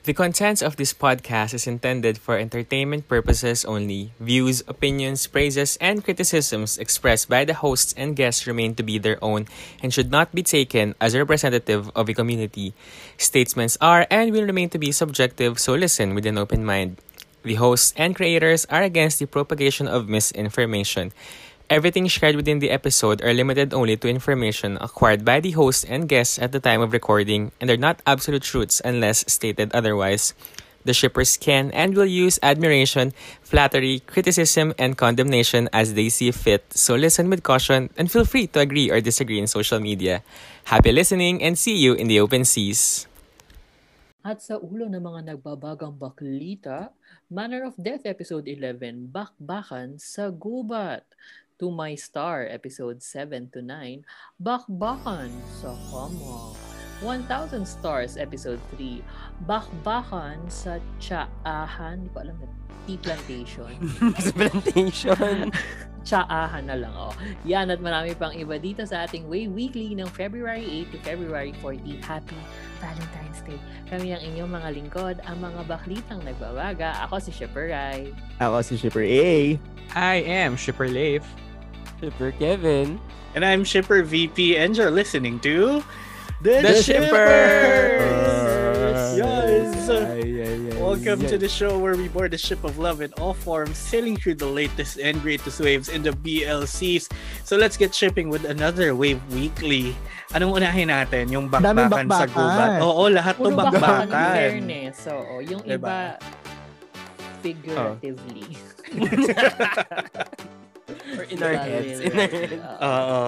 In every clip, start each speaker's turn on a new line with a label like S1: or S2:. S1: The contents of this podcast is intended for entertainment purposes only. Views, opinions, praises, and criticisms expressed by the hosts and guests remain to be their own and should not be taken as representative of a community. Statements are and will remain to be subjective, so listen with an open mind. The hosts and creators are against the propagation of misinformation. Everything shared within the episode are limited only to information acquired by the host and guests at the time of recording and are not absolute truths unless stated otherwise. The shippers can and will use admiration, flattery, criticism, and condemnation as they see fit, so listen with caution and feel free to agree or disagree in social media. Happy listening and see you in the open seas.
S2: At sa ulo ng mga nagbabagang baklita, Manner of Death Episode 11, Bakbakan sa Gubat. To My Star Episode 7 to 9, Bakbakan sa Kama. 1000 Stars Episode 3, Bakbakan sa Tsaahan. Hindi ko alam na, Tea Plantation.
S3: sa plantation.
S2: Tsaahan na lang, oh. Yan at marami pang iba dito sa ating Way Weekly ng February 8 to February 14. Happy Valentine's Day. Kami ang inyong mga lingkod, ang mga baklitang nagbabaga. Ako si Shipper Rai.
S3: Ako si Shipper A.
S4: I am Shipper Leif.
S3: Shipper Kevin.
S5: And I'm Shipper VP, and you're listening to
S3: The,
S5: Shippers!
S3: Shippers!
S5: Yes!
S3: Ay, ay, ay, ay.
S5: Welcome to the show where we board the ship of love in all forms, sailing through the latest and greatest waves in the BLCs. So let's get shipping with another Wave Weekly. Anong unahin natin? Yung
S6: Daming
S5: bakbakan sa gubat.
S6: bakbakan.
S5: Oo, lahat to
S2: Puro bakbakan in
S5: bakbakan.
S2: fairness. Oo, yung iba
S5: Diba?
S2: figuratively.
S3: Or Oh. in our
S2: Diba?
S3: heads. In our heads.
S5: Oo.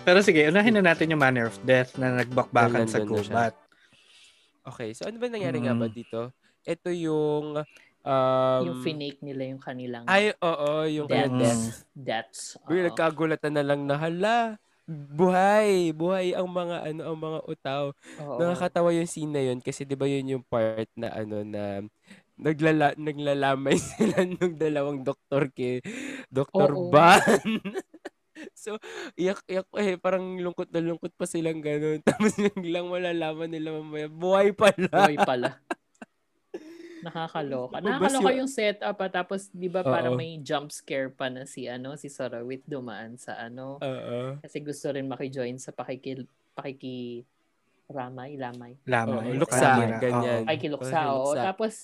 S5: Pero sige, unahin na natin yung Manner of Death na
S3: Nandun
S5: nagbakbakan sa
S3: na siya.
S5: gubat.
S3: Okay, so ano ba nangyari nga
S5: Mm.
S3: ba dito? Ito yung... Um,
S2: yung finake nila yung kanilang
S3: Ay, oo, yung
S2: deaths.
S3: death. death.
S2: Deaths. Oo.
S3: We're nagkagulatan na lang na hala. Buhay! Buhay ang mga ano ang mga utaw.
S2: Oo.
S3: Nakakatawa yung scene na yun kasi 'di ba yun yung part na ano na naglala naglalamay sila nung dalawang doktor kay Dr.
S2: Oo.
S3: Ban. so, iyak-iyak eh, parang lungkot na lungkot pa silang ganun. Tapos biglang malalaman nila mamaya, buhay pala.
S2: Boy pala. Nakakaloka.
S3: Ano ba
S2: Nakakaloka
S3: siya?
S2: yung setup ah. Tapos, di ba, parang
S3: Oo.
S2: may jump scare pa na si, ano, si Sarawit dumaan sa, ano.
S3: Oo.
S2: Kasi gusto rin makijoin sa pakikil, pakiki, ramay, lamay.
S5: Lamang.
S3: Oo,
S5: yung
S3: luksa,
S5: camera.
S3: ganyan.
S2: Ay, kiluksa,
S3: Parang
S2: oo.
S3: kiluksa.
S2: Tapos,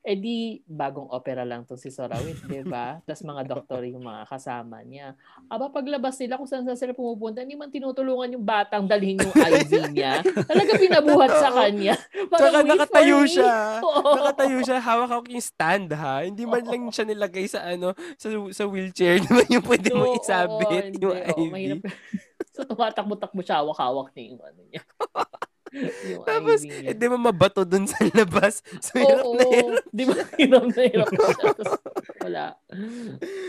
S2: edi bagong opera lang to si Sorawit, di ba? Tapos mga doktor yung mga kasama niya. Aba, paglabas nila kung saan saan sila pumupunta, hindi man tinutulungan yung batang dalhin yung IV niya. Talaga pinabuhat sa kanya.
S3: Tsaka
S2: Parang, "Wait for
S3: nakatayo
S2: me."
S3: siya.
S2: Oo.
S3: Nakatayo siya. Hawak-hawak yung stand ha. Hindi man lang siya nilagay sa ano, sa, sa wheelchair. Di ba yung pwede mo
S2: Oo,
S3: isabit
S2: hindi,
S3: yung
S2: oo,
S3: IV.
S2: mahirap. so, tumatakbo-takbo siya, hawak-hawak niya yung ano niya. yung
S3: Tapos,
S2: IV niya.
S3: eh, di ba mabato dun sa labas? So, hirap
S2: Oo,
S3: na hirap.
S2: di ba? Hirap na hirap siya. Tapos, wala.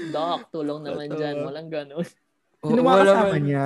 S2: Doc, tulong naman
S3: Totoo.
S2: dyan. Walang ganun.
S6: Sino
S3: Oo,
S6: mga
S3: wala
S6: kasama
S3: man.
S6: niya?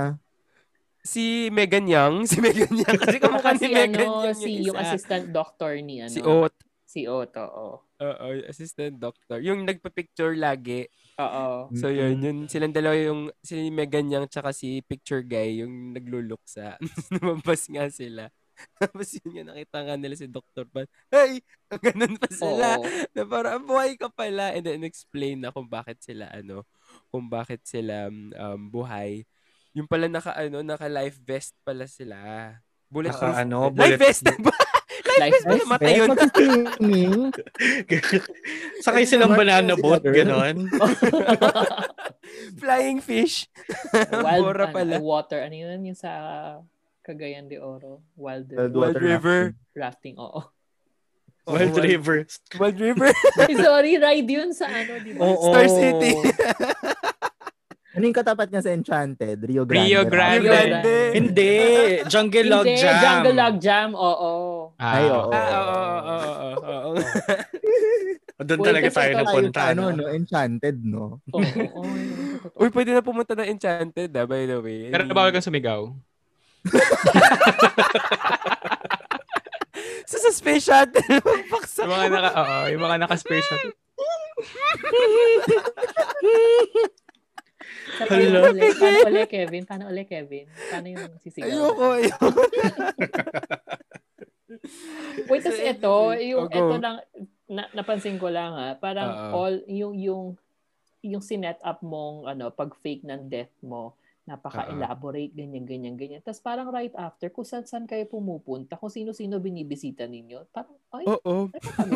S3: Si Megan Young. Si Megan Young. Kasi kamukha
S2: Kasi
S3: ni Megan
S2: ano,
S3: Young
S2: si
S3: yung
S2: yung
S3: isa.
S2: assistant doctor ni ano.
S3: Si Ot.
S2: Si Otto, oo.
S3: Oo, yung assistant doctor. Yung nagpa-picture lagi.
S2: Oo.
S3: So, yun. Yun, silang dalawa yung, si Megan Young tsaka si picture guy, yung nagluluksa. Lumabas nga sila. Tapos yun nga, nakita nga nila si Dr. Pan. Hey! Ganun pa sila.
S2: Oo.
S3: na parang "Ah, buhay ka pala and then explain na kung bakit sila ano kung bakit sila mm, um, buhay yung pala naka ano naka life vest pala sila
S5: Naka
S3: bulletproof
S5: ano,
S3: life
S5: bullet-
S3: vest ba
S2: Life
S3: Ano,
S6: Ay,
S3: matay yun?
S6: Mag-streaming.
S5: Sakay silang
S6: Ano
S5: banana
S6: naman
S5: boat,
S6: yun?
S5: ganon.
S3: flying fish
S2: Wild
S3: Bora
S2: ano,
S3: pala.
S2: water. Ano yun? Yung sa Cagayan de Oro. Wild,
S3: Wild
S6: Wild Water
S3: River
S2: rafting, oo.
S3: Oo,
S5: Wild River.
S3: Wild River
S2: Ay, sorry, ride yun sa ano, di ba?
S5: Oo.
S3: Star City.
S6: Ano yung katapat niya sa Enchanted? Rio Grande.
S4: Rio
S3: Rio
S4: Grande.
S2: Grande.
S3: Grande
S5: Hindi. Jungle Log
S2: Hindi,
S5: Jam.
S2: Jungle Log Jam, oo.
S6: Ay,
S4: Um,
S6: oo.
S3: ah oo oo oo, oo oo
S5: Oh, Doon
S2: Uy,
S5: talaga
S2: kasi
S5: tayo
S2: ito tayo
S5: napunta.
S6: Ano,
S5: no?
S6: no? Enchanted, no?
S2: Oo, oo, yun, totoo.
S3: Uy, pwede na pumunta ng Enchanted, ah, by the way.
S4: Pero bawal kang sumigaw.
S3: So, sa space shuttle, paksa.
S4: Yung mga naka, oo, yung mga naka-space shot.
S2: Sa
S5: Hello?
S2: paano ulit? Paano ulit, Kevin? Paano ulit, Kevin? Paano yung sisigaw?
S3: Ayoko, ayoko.
S2: Wait, tas
S3: So,
S2: ito, yung
S3: oh, go.
S2: ito lang, na- napansin ko lang ha, parang
S3: Oo.
S2: all, yung, yung, yung sinet up mong, ano, pag-fake ng death mo, napaka-elaborate, ganyan, ganyan, ganyan. Tapos parang right after, kung saan-saan kayo pumupunta, kung sino-sino binibisita ninyo, parang, ay,
S3: Oo.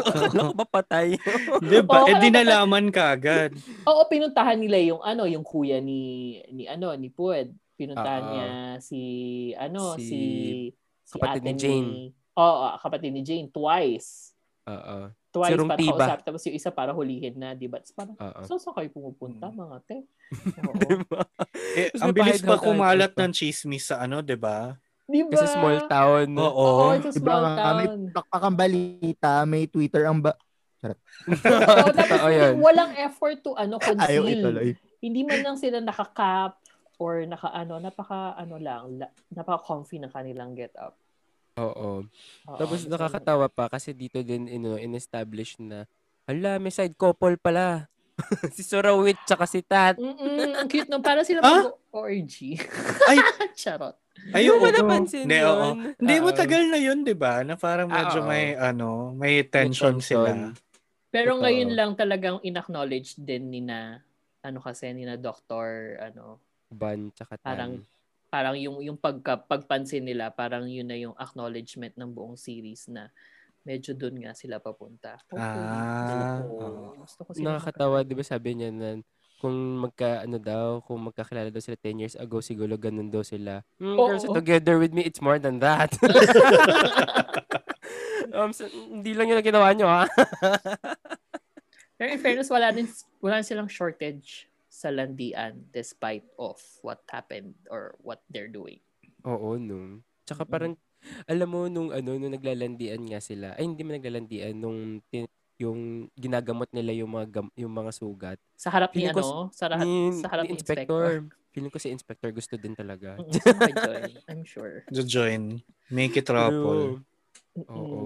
S3: Akala ko ba patay?
S2: Oo,
S5: Diba?
S2: alam
S5: eh,
S2: ko-
S5: dinalaman ka agad.
S2: oo, pinuntahan nila yung, ano, yung kuya ni, ni ano, ni Pued. Pinuntahan
S3: Oo.
S2: niya si, ano,
S3: Si-
S2: si, si,
S3: kapatid ni
S2: ate
S3: Jane.
S2: oo, ah, kapatid ni Jane, twice.
S3: Oo.
S2: Twice
S3: Sirong
S2: para
S3: tiba.
S2: kausap, tapos yung isa para hulihin na, di ba? Tapos parang,
S3: Oo.
S2: So, saan kayo
S3: Mm.
S2: pumupunta, mga te? Oo.
S3: Diba?
S5: Eh,
S3: Tapos
S5: ang bilis
S3: napahid-hatahan
S5: pa kumalat
S3: pa.
S5: ng chismis sa ano, 'di ba?
S2: Di ba?
S3: Kasi small town.
S2: Oo,
S5: Oo.
S2: it's a
S6: Diba,
S2: small
S6: ah, may
S2: town.
S6: pakpak ang balita, may Twitter ang ba...
S2: Oo, tapos
S3: Totoo yun.
S2: walang effort to ano
S6: Ayaw
S2: conceal.
S6: ituloy.
S2: Hindi man lang sila nakakap or naka ano, napaka ano lang, la- napaka comfy ng kanilang get up.
S3: Oo.
S2: Oo,
S3: Tapos
S2: gusto ko.
S3: nakakatawa pa kasi dito din ino in-establish na hala, may side couple pala. si Sorawit tsaka si Tat.
S2: Mm-mm, ang cute no. Para sila
S5: Ah?
S2: mag-orgy.
S5: Ay!
S2: Charot.
S5: Ayun.
S3: Hindi mo ba napansin
S5: Hindi,
S3: yun?
S5: oo. Hindi,
S3: Oo.
S5: matagal na yun, di ba? Na parang medyo
S3: Ah, oo.
S5: may, ano, may
S3: May
S5: tension sila.
S2: Pero
S3: Totoo.
S2: ngayon lang talagang in-acknowledge din ni na ano kasi ni na doctor ano
S3: Ban tsaka Tan.
S2: Parang parang yung yung pagka, pagpansin nila parang yun na yung acknowledgement ng buong series na medyo doon nga sila papunta.
S5: Ah,
S2: Oo.
S5: oo.
S2: gusto ko sila
S3: Nakakatawa, di ba sabi niya na kung magka, ano daw, kung magkakilala daw sila 10 years ago, siguro ganun daw sila. Mm,
S2: Oo.
S3: girls, together with me, it's more than that. um, so, hindi lang yun ang ginawa niyo, ha?
S2: Pero in fairness, wala din wala silang shortage sa landian despite of what happened or what they're doing.
S3: Oo, no. Tsaka parang, alam mo, nung ano, nung naglalandian nga sila, ay hindi man naglalandian, nung tin- yung ginagamot nila yung mga, gam- yung mga sugat.
S2: Sa harap ni
S3: Feeling ko
S2: ano, sa, harap
S3: Ni,
S2: sa harap
S3: ni
S2: ni inspector.
S3: Feeling ko si inspector gusto din talaga.
S2: Mm, sumajoy, I'm sure.
S5: join Make it
S3: True.
S5: trouble.
S2: Mm-mm.
S3: Oo.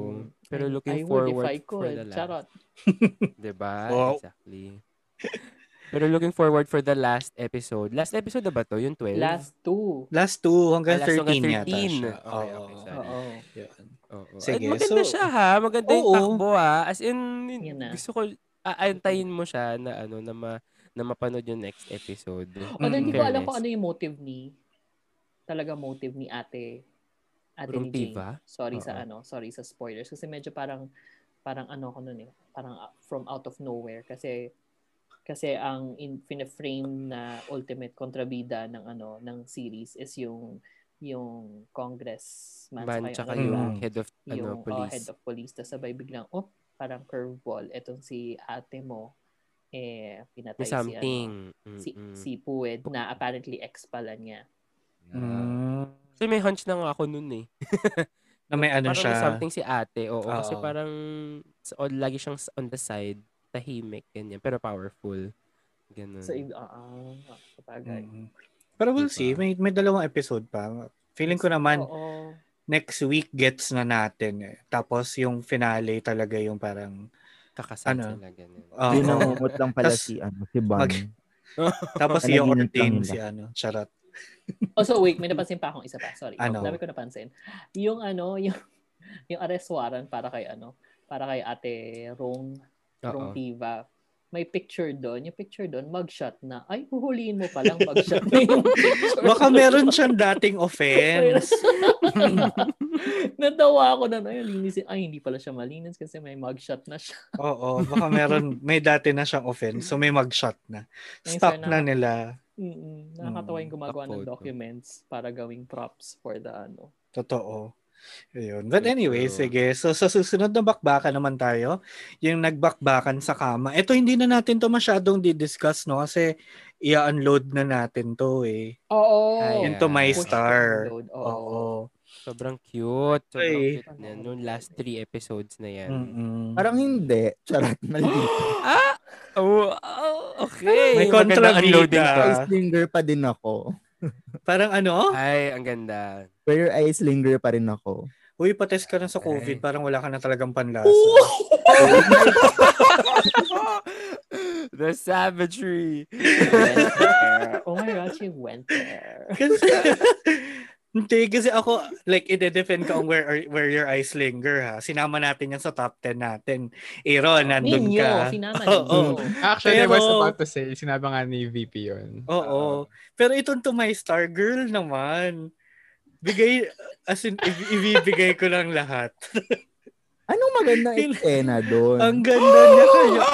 S3: Pero
S2: I- I would
S3: looking
S2: if
S3: forward
S2: I
S3: for
S2: could.
S3: the last.
S2: Charot.
S3: 'Di ba?
S5: Wow.
S3: Exactly. Pero looking forward for the last episode. Last episode na ba to? Yung 12?
S2: Last two.
S5: Last two hanggang
S3: Ah, last
S5: 13
S3: hanggang
S5: yata
S3: 13.
S5: siya.
S3: Okay,
S5: Oo.
S3: okay, sorry.
S2: Oo.
S5: Yun.
S3: Oo.
S5: Sige,
S3: Ay, maganda
S5: so-
S3: siya ha. Maganda yung
S5: Oo.
S3: takbo ha. As in,
S2: Yun na.
S3: gusto ko, aantayin mo siya na ano, na, ma, na mapanood yung next episode.
S2: Although hindi ko alam
S3: Fairness.
S2: kung ano yung motive ni talaga motive ni ate ate ni
S3: Purong
S2: Jane.
S3: diva?
S2: Sorry sa
S3: Oo.
S2: ano, sorry sa spoilers kasi medyo parang parang ano ko noon eh, parang uh, from out of nowhere kasi kasi ang in, fina-frame na ultimate kontrabida ng ano ng series is yung yung congressman saka
S3: Man, tsaka
S2: ano, diba?
S3: yung head of
S2: yung
S3: ano,
S2: oh,
S3: police.
S2: head of police. Tapos sabay biglang, oh, parang curveball. Etong si ate mo, eh, pinatay
S3: May
S2: si, ano,
S3: something.
S2: si,
S3: Mm-mm.
S2: si Puwed na apparently ex pala niya.
S3: Yeah.
S5: Mm.
S3: Actually, may hunch na nga ako nun eh.
S5: Na may ano
S3: parang may
S5: siya.
S3: something si ate. Oo, kasi
S5: Oo.
S3: parang s- on, lagi siyang s- on the side. Tahimik, ganyan. Pero powerful. Ganun.
S2: So, i- ah, ah, sabagay.
S5: Mm. Pero we'll
S3: Diba?
S5: see. May, may dalawang episode pa. Feeling ko
S3: Oh.
S5: naman,
S2: Oo.
S5: next week gets na natin. Eh. Tapos yung finale talaga yung parang...
S3: Kakasal
S5: ano?
S3: sila, ganyan.
S5: Oo.
S6: Yun ang umot lang pala
S5: Tas-
S6: si, ano, si Ban.
S5: Mag- tapos
S6: Ano,
S5: yung
S6: ginit lang
S5: ordain
S6: nila.
S5: si ano. Charot.
S2: Oh, so wait, may napansin pa akong isa pa. Sorry. Oh,
S5: Ano?
S2: Dami ko napansin. Yung ano, yung, yung arrest warrant para kay ano, para kay ate Rong,
S3: Oo.
S2: Rong Tiva. May picture doon. Yung picture doon, mugshot na. Ay, huhuliin mo palang mugshot na yung picture.
S5: Baka meron siyang dating offense.
S2: Natawa ako na, ay, linisin. Ay, hindi pala siya malinis kasi may mugshot na siya.
S5: Oo, baka meron, may dati na siyang offense, so may mag-shot na.
S2: Ayun,
S5: Stop
S2: sir,
S5: na nila.
S2: Mm-mm. Nakakatawa
S5: Mm,
S2: yung gumagawa ng
S3: Upload, no?
S2: documents para gawing props for the ano.
S5: Totoo. Ayun. But anyway,
S3: True.
S5: sige. So sa susunod na bakbakan naman tayo, yung nagbakbakan sa kama. Ito hindi na natin to masyadong di-discuss, no? Kasi i-unload na natin to eh.
S2: Oo.
S3: Ay,
S5: Into my
S3: Yeah.
S2: Push to
S5: star.
S2: upload, Oo.
S5: Oo.
S3: Sobrang cute. Sobrang
S5: Ay.
S3: cute na. Noong last three episodes na yan.
S5: Mm-mm.
S6: Parang hindi. Charot, mali.
S3: ah! Oh, oh, okay.
S5: May
S3: Maganda unloading
S5: kontrabida.
S3: to.
S6: Ice linger pa din ako.
S5: Parang ano?
S3: Ay, ang ganda.
S6: Pero your eyes linger pa rin ako.
S5: Uy, pates ka na sa COVID.
S3: Ay.
S5: Parang wala ka na talagang panlasa.
S3: The savagery. Oh,
S2: Went there. Oh my gosh, she went there.
S5: Kasi, Hindi, kasi ako, like, ide-defend ka on where, are- where your eyes linger, ha? Sinama natin yan sa top 10 natin. Aaron, nandun
S2: Ninyo,
S5: ka.
S2: sinama
S5: Oo.
S2: ninyo.
S4: Actually, I was
S5: Pero-
S4: about to say, sinabi nga ni VP yun. Ah.
S5: Oo. Pero itong to my star girl naman. Bigay, as in, i- ibibigay ko lang lahat.
S6: Anong magandang
S5: Feel-
S6: eksena doon?
S5: Ang ganda niya kaya.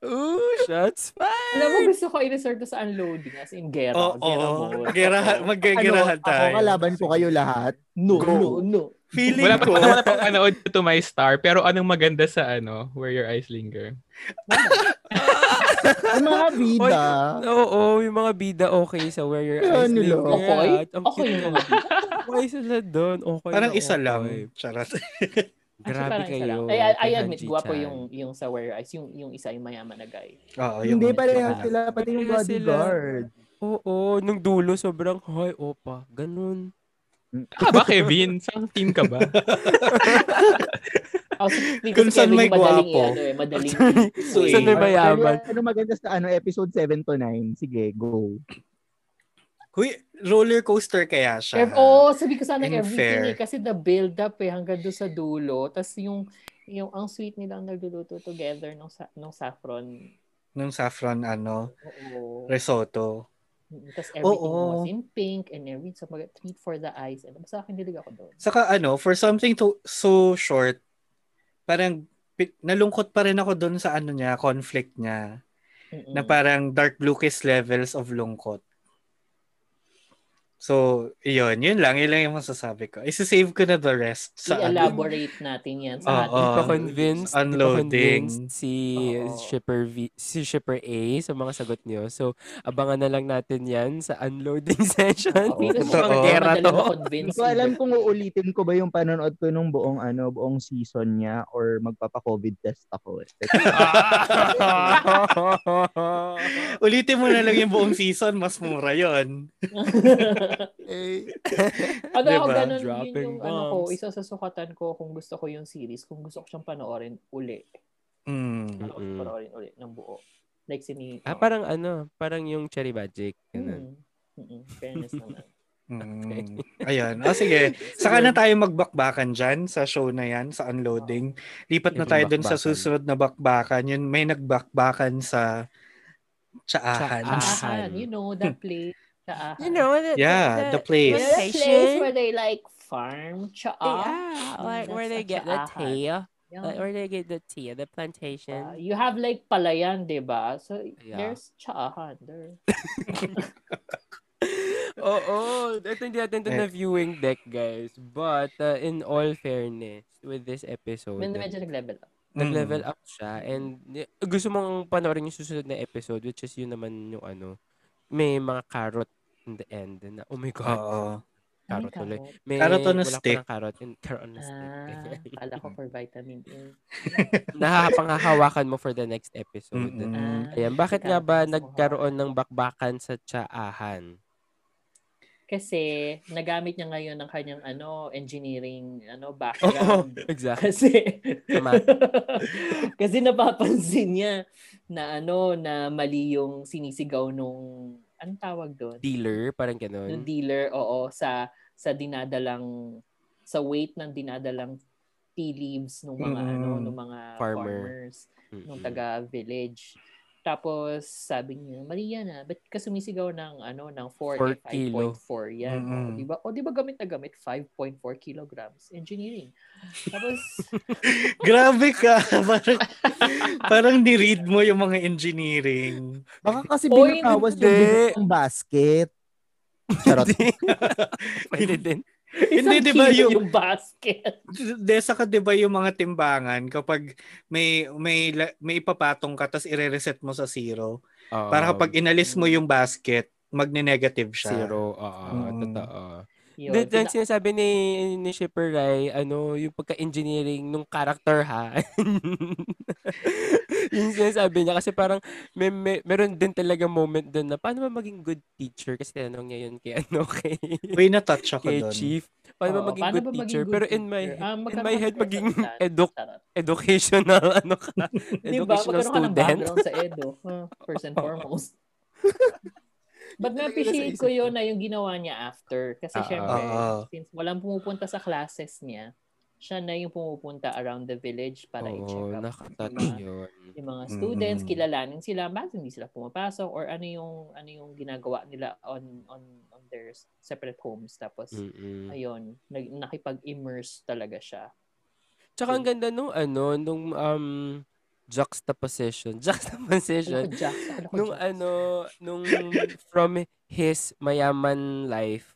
S3: Ooh, shots
S2: Alam mo,
S3: fired!
S2: gusto ko i-resort to sa unloading. As in, gera.
S5: Oo.
S2: gera
S5: oo.
S2: mode.
S5: Gerahan, maggagerahan
S6: Ano, ako,
S5: tayo.
S6: kalaban ko kayo lahat.
S2: No,
S5: Go.
S2: no, no.
S5: Feeling
S4: Wala pa
S5: ko,
S4: naman ako panood to my star, pero anong maganda sa ano, Where Your Eyes Linger?
S6: Ang mga bida.
S3: Oo, yung mga bida okay sa where your
S5: Ano
S6: Kaya
S3: eyes
S6: nila.
S3: linger.
S2: Okay?
S3: at ang
S2: Okay
S3: cute
S2: yung
S3: nila.
S2: mga bida.
S3: Okay sila doon. Okay
S5: parang
S3: na
S5: isa lang.
S3: okay.
S5: Charot.
S3: Grabe
S2: parang isa
S3: kayo.
S2: lang. Ay, I, I
S3: kay
S2: admit,
S3: Hanji
S2: gwapo
S3: Chan.
S2: yung, yung sa Where Your Eyes. Yung, yung isa yung mayaman na guy.
S5: Oo, yung
S6: Hindi,
S5: mga
S6: parehas
S5: tsaka.
S6: sila. Pati yung
S3: Parehas sila.
S6: bodyguard.
S3: Oo, nung dulo sobrang hoy opa. Ganun.
S4: Ka ba, Kevin? Saan team ka ba?
S2: Oh, so,
S5: Kung
S2: kasi
S5: saan may
S2: Kevin, madaling
S5: gwapo.
S2: i- Ano, eh, madaling.
S5: So,
S3: Saan may
S5: eh,
S3: mayaman?
S6: Pero ano maganda sa ano, episode 7 to 9? Sige, go.
S5: huy, roller coaster kaya siya.
S2: Ev- Oo, oh, sabi ko sana
S5: In
S2: everything
S5: fair.
S2: eh, kasi the build-up eh, hanggang doon sa dulo. Tapos yung, yung ang sweet nilang nagluluto together nung, sa, nung saffron.
S5: Nung saffron, ano,
S2: Oo.
S5: risotto.
S2: Tapos everything
S5: Oo.
S2: was in pink and everything so mag treat for the eyes. And sa akin dilig ako doon.
S5: Saka ano, for something to, so short, parang pi- nalungkot pa rin ako doon sa ano niya, conflict niya.
S3: Mm.
S2: Mm-mm.
S5: na parang dark Lucas levels of lungkot. So, yun. Yun lang. Yun lang yung masasabi ko. Isisave ko na the rest sa ano,
S2: I-elaborate natin yan
S5: Oo.
S2: sa ating
S3: Di pa convinced, di pa
S5: Unloading.
S3: convinced si
S2: Um, Oo.
S3: Shipper V, si Shipper A sa mga sagot niyo. So, abangan na lang natin 'yan sa unloading session.
S2: Oo, kasi
S5: Totoo.
S2: parang
S3: Gera
S2: madaling
S3: to.
S6: Hindi
S2: ma-convince
S6: ko alam kung uulitin ko ba yung panonood ko nung buong ano, buong season niya or magpapa-COVID test ako. eh.
S5: Ulitin mo na lang yung buong season. Mas mura yun.
S2: Ano ako
S5: Diba?
S2: ganun, yun
S3: Dropping
S2: yung ano ko,
S3: bombs.
S2: isa sa sukatan ko kung gusto ko yung series, kung gusto ko siyang panoorin uli.
S5: Mm.
S2: Gusto ko siyang
S3: Mm-mm.
S2: panoorin uli ng buo. Like sini...
S3: ah, parang ano, parang yung Cherry Magic. Ganun.
S2: Mm. Mm-mm. Fairness naman.
S5: Mm. Ayun. O sige. Saka na tayo magbakbakan dyan sa show na yan, sa unloading. Lipat na tayo dun sa
S3: Bakbakan.
S5: susunod na bakbakan. Yun, may nagbakbakan sa tsaahan.
S3: Tsaahan.
S2: Saan? You know, that place. Saan?
S3: the,
S5: Yeah,
S2: You
S5: the
S2: know
S5: place.
S2: that place where they like farm? Tsaan?
S3: like where ah, they get the
S2: Tsaahan.
S3: tea,
S2: Yan.
S3: like where they get the tea, the
S2: Uh,
S3: plantation.
S2: you have like palayan, di ba? So,
S3: Yeah.
S2: there's tsaahan there.
S3: Oo, ito hindi natin ito
S5: Eh.
S3: na viewing deck, guys. But uh, in all fairness, with this episode,
S2: Med-
S3: nag-
S2: medyo nag-level up.
S5: Mm.
S3: nag-level up siya. And y- gusto mong panoorin yung susunod na episode, which is yun naman yung ano, may mga carrot in the end. Na, oh my God,
S5: Oo.
S2: Ay,
S3: carrot tuloy.
S2: carrot.
S3: May,
S5: Carrot on a
S3: wala pa
S5: stick.
S3: ng Carrot, in, carrot on a stick.
S2: Ah, kala ko for vitamin A.
S3: Nahahapangahawakan mo for the next episode.
S5: Mm-mm.
S2: Ah,
S3: Ayan, bakit nga ba
S2: carrot.
S3: nagkaroon ng bakbakan sa tsaahan?
S2: Kasi nagamit niya ngayon ng kanyang ano, engineering ano
S3: Oo,
S2: background.
S3: exactly.
S2: Kasi
S3: Tama.
S2: kasi napapansin niya na ano na mali yung sinisigaw nung anong tawag doon?
S3: Dealer, parang ganun.
S2: Nung dealer, oo, sa sa dinadalang sa weight ng dinadalang tea leaves ng mga
S5: Mm.
S2: ano, ng mga
S3: Mm-hmm. Farmer. Mm-hmm.
S2: farmers. nung
S3: Mm-mm.
S2: taga village. Tapos sabi niya, Maria na, ba't ka sumisigaw ng ano ng 4
S3: Four Mm-hmm.
S2: eh, 5.4 yan?
S5: Mm-mm.
S2: O, di ba? O di ba gamit na gamit 5.4 kilograms engineering. Tapos
S5: Grabe ka. parang, parang ni-read mo yung mga engineering.
S6: Baka kasi
S2: Oy,
S6: binatawas yung
S3: hindi.
S6: bigat ng basket. Charot.
S3: Pwede din.
S5: Hindi,
S2: isang
S5: di ba
S2: kilo
S5: yung,
S2: yung basket?
S5: desa ka, di ba yung mga timbangan kapag may, may, la- may ipapatong ka tapos ire-reset mo sa zero.
S3: Oo.
S5: Para kapag inalis mo yung basket, magne-negative siya.
S3: Zero, oo.
S5: Mm.
S3: Totoo.
S2: Yun.
S3: Then, yung
S2: Pina-
S3: sinasabi ni, ni Shipper Rai, ano, yung pagka-engineering nung character, ha? yung sinasabi niya, kasi parang, may, may, meron din talaga moment doon na, paano ba maging good teacher? Kasi tinanong niya yun kay, ano, kay,
S5: Uy, natouch ako
S3: kay
S5: doon.
S3: Chief. Paano
S2: Oo,
S3: ba maging
S2: paano
S3: good
S2: ba maging
S3: teacher?
S2: good
S3: Pero in my,
S2: teacher? Ah,
S3: in my head,
S2: magkakaroon
S3: maging
S2: ka ng
S3: edu-
S2: Tarot.
S3: educational, ano ka,
S2: Di ba?
S3: educational
S2: Magkaroon ka ng
S3: student.
S2: background sa edo. huh? First and foremost. But na-appreciate ko yun na yung ginawa niya after. Kasi
S4: Ah,
S2: syempre,
S5: ah.
S2: since walang pumupunta sa classes niya, siya na yung pumupunta around the village para i-check up
S3: Oo,
S2: Diba? yung
S3: nakatouch
S2: mga-
S3: yun.
S2: yung mga students,
S5: Mm.
S2: kilalanin sila, bakit hindi sila pumapasok or ano yung ano yung ginagawa nila on on on their separate homes
S3: Mm.
S2: tapos
S3: Mm-mm.
S2: ayun, nag, nakipag-immerse talaga siya.
S3: Tsaka ang ganda nung ano, nung um, juxtaposition. Juxtaposition.
S2: Ano ko, Jax? Ano ko,
S3: nung
S2: Jax?
S3: ano, nung from his mayaman life,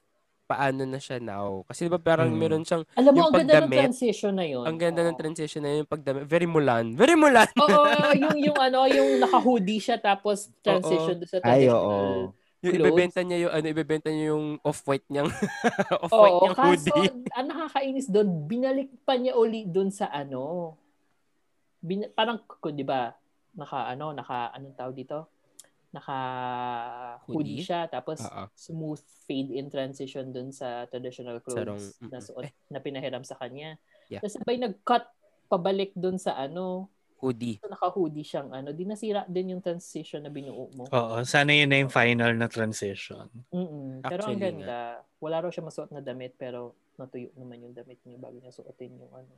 S3: paano na siya now? Kasi diba parang
S5: Mm.
S3: meron siyang,
S2: Alam mo,
S3: yung
S2: ang ganda ng
S3: pagdamit,
S2: transition na yun.
S3: ang ganda ng
S2: Oo.
S3: transition na yun, yung pagdami. Very Mulan. Very Mulan!
S2: Oo, oo, yung, yung ano, yung naka-hoodie siya tapos transition doon sa
S6: Ay,
S2: traditional.
S6: oo.
S3: Yung
S2: Clothes.
S3: ibebenta niya yung, ano, ibebenta niya yung off-white niyang, off-white
S2: Oo,
S3: niyang
S2: kaso,
S3: hoodie.
S2: ang nakakainis doon, binalik pa niya uli doon sa ano. Bin, parang, kung di ba, naka, ano, naka, anong tawag dito? Naka hoodie,
S3: Hoodie? Ah,
S2: siya, tapos
S4: Oo.
S2: smooth fade-in transition doon sa traditional
S3: Sarong,
S2: clothes
S3: mm-mm.
S2: na, suot, na pinahiram sa kanya.
S3: Yeah.
S2: Tapos sabay nag-cut pabalik doon sa ano,
S3: Hoodie.
S2: so naka-hoodie siyang ano, di nasira din yung transition na binuo mo.
S5: Oo, sana yun na yung final na transition.
S2: Mm-mm. Pero ang
S3: Actually
S2: ganda, wala raw siya masuot na damit pero natuyo naman yung damit niya bago niya suotin yung ano.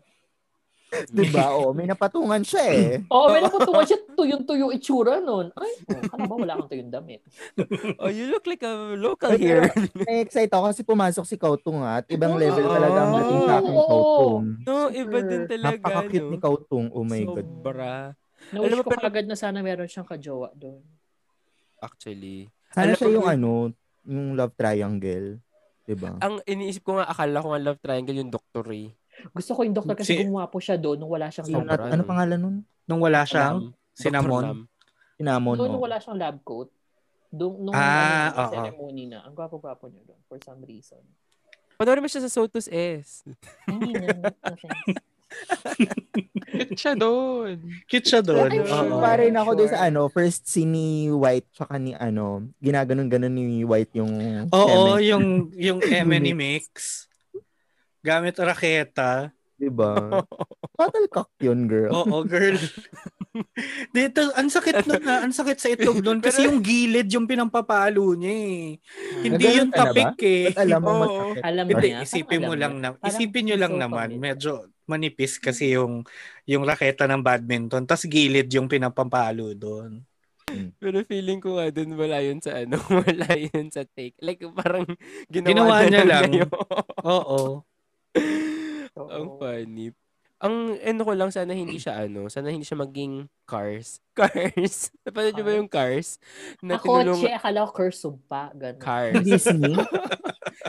S6: Diba? Oo, may napatungan siya eh.
S2: Oo, oh, may naputungan siya, tuyong-tuyo itsura nun. Ay, oh, ano ba, wala kang tuyong damit.
S3: Oh, you look like a local
S6: Ay, pero-
S3: here.
S6: Na-excite ako kasi pumasok si Kautung ha, at ibang
S2: Oo.
S6: level talaga ang dating sa akin ni
S2: Oo.
S6: Kautung.
S3: no, iba
S2: Super.
S3: din talaga.
S6: Napaka-cute
S3: no?
S6: ni Kautung. Oh my God.
S3: Sobra.
S2: Na-wish
S3: Alam mo,
S2: ko
S3: pero-
S2: kagad na sana meron siyang kajowa doon.
S3: Actually.
S6: Sana
S3: Alam
S6: siya
S3: mo,
S6: yung ano, yung love triangle. Diba?
S3: Ang iniisip ko nga, akala ko nga love triangle yung doctor eh.
S2: Gusto ko yung doktor kasi
S5: Si-
S2: gumapo siya doon nung wala siyang
S6: Sino
S2: lab
S3: Sobra.
S6: nat- ano pangalan nun?
S5: Nung wala siyang
S3: Lam. Dr. Lam.
S5: cinnamon.
S6: Sinamon.
S2: Doon
S6: oh.
S2: nung wala siyang lab coat. Doon nung ano,
S5: Ah,
S2: nung
S5: oo.
S2: ceremony na. Ang gwapo-gwapo niya doon for some reason.
S3: Panoorin mo siya sa Sotus S.
S2: Hindi na, nothing.
S4: Cute siya doon.
S5: Cute siya doon.
S6: I'm sure
S5: Oo.
S6: pa rin ako doon
S2: Sure.
S6: sa ano, first scene ni White tsaka ni ano, ginaganon-ganon ni White yung
S5: Oo,
S6: element,
S5: yung, yung M&E mix. Gamit raketa.
S6: diba? Total cock yun, girl.
S5: Oo, girl. Dito, ang sakit nun na, ang sakit sa itlog nun kasi yung gilid yung pinampapalo niya eh. Hindi
S6: Naganon
S5: yung
S6: ka na ba?
S5: tapik eh.
S6: At alam mo,
S3: Oo.
S6: masakit.
S2: Alam
S5: Hindi,
S2: niya.
S5: isipin
S2: parang
S5: mo
S2: alam
S5: lang
S2: niya.
S5: na,
S2: Parang
S5: isipin nyo lang
S2: gusto
S5: naman,
S2: pamilya.
S5: medyo manipis kasi yung yung raketa ng badminton, tas gilid yung pinapampalo doon.
S3: Pero feeling ko nga dun, wala yun sa ano, wala yun sa take. Like, parang ginawa,
S5: Ginawa
S3: na
S5: niya lang.
S3: ngayon.
S5: Oo.
S2: Oo.
S3: Ang
S5: Oh,
S3: funny. Ang ano ko lang, sana hindi siya ano, sana hindi siya maging Cars. Cars. Napanood niyo ba yung Cars? Na
S2: Ako,
S3: tinulungan-
S2: che, akala ko cursive pa. Ganun.
S3: Cars.
S6: Disney?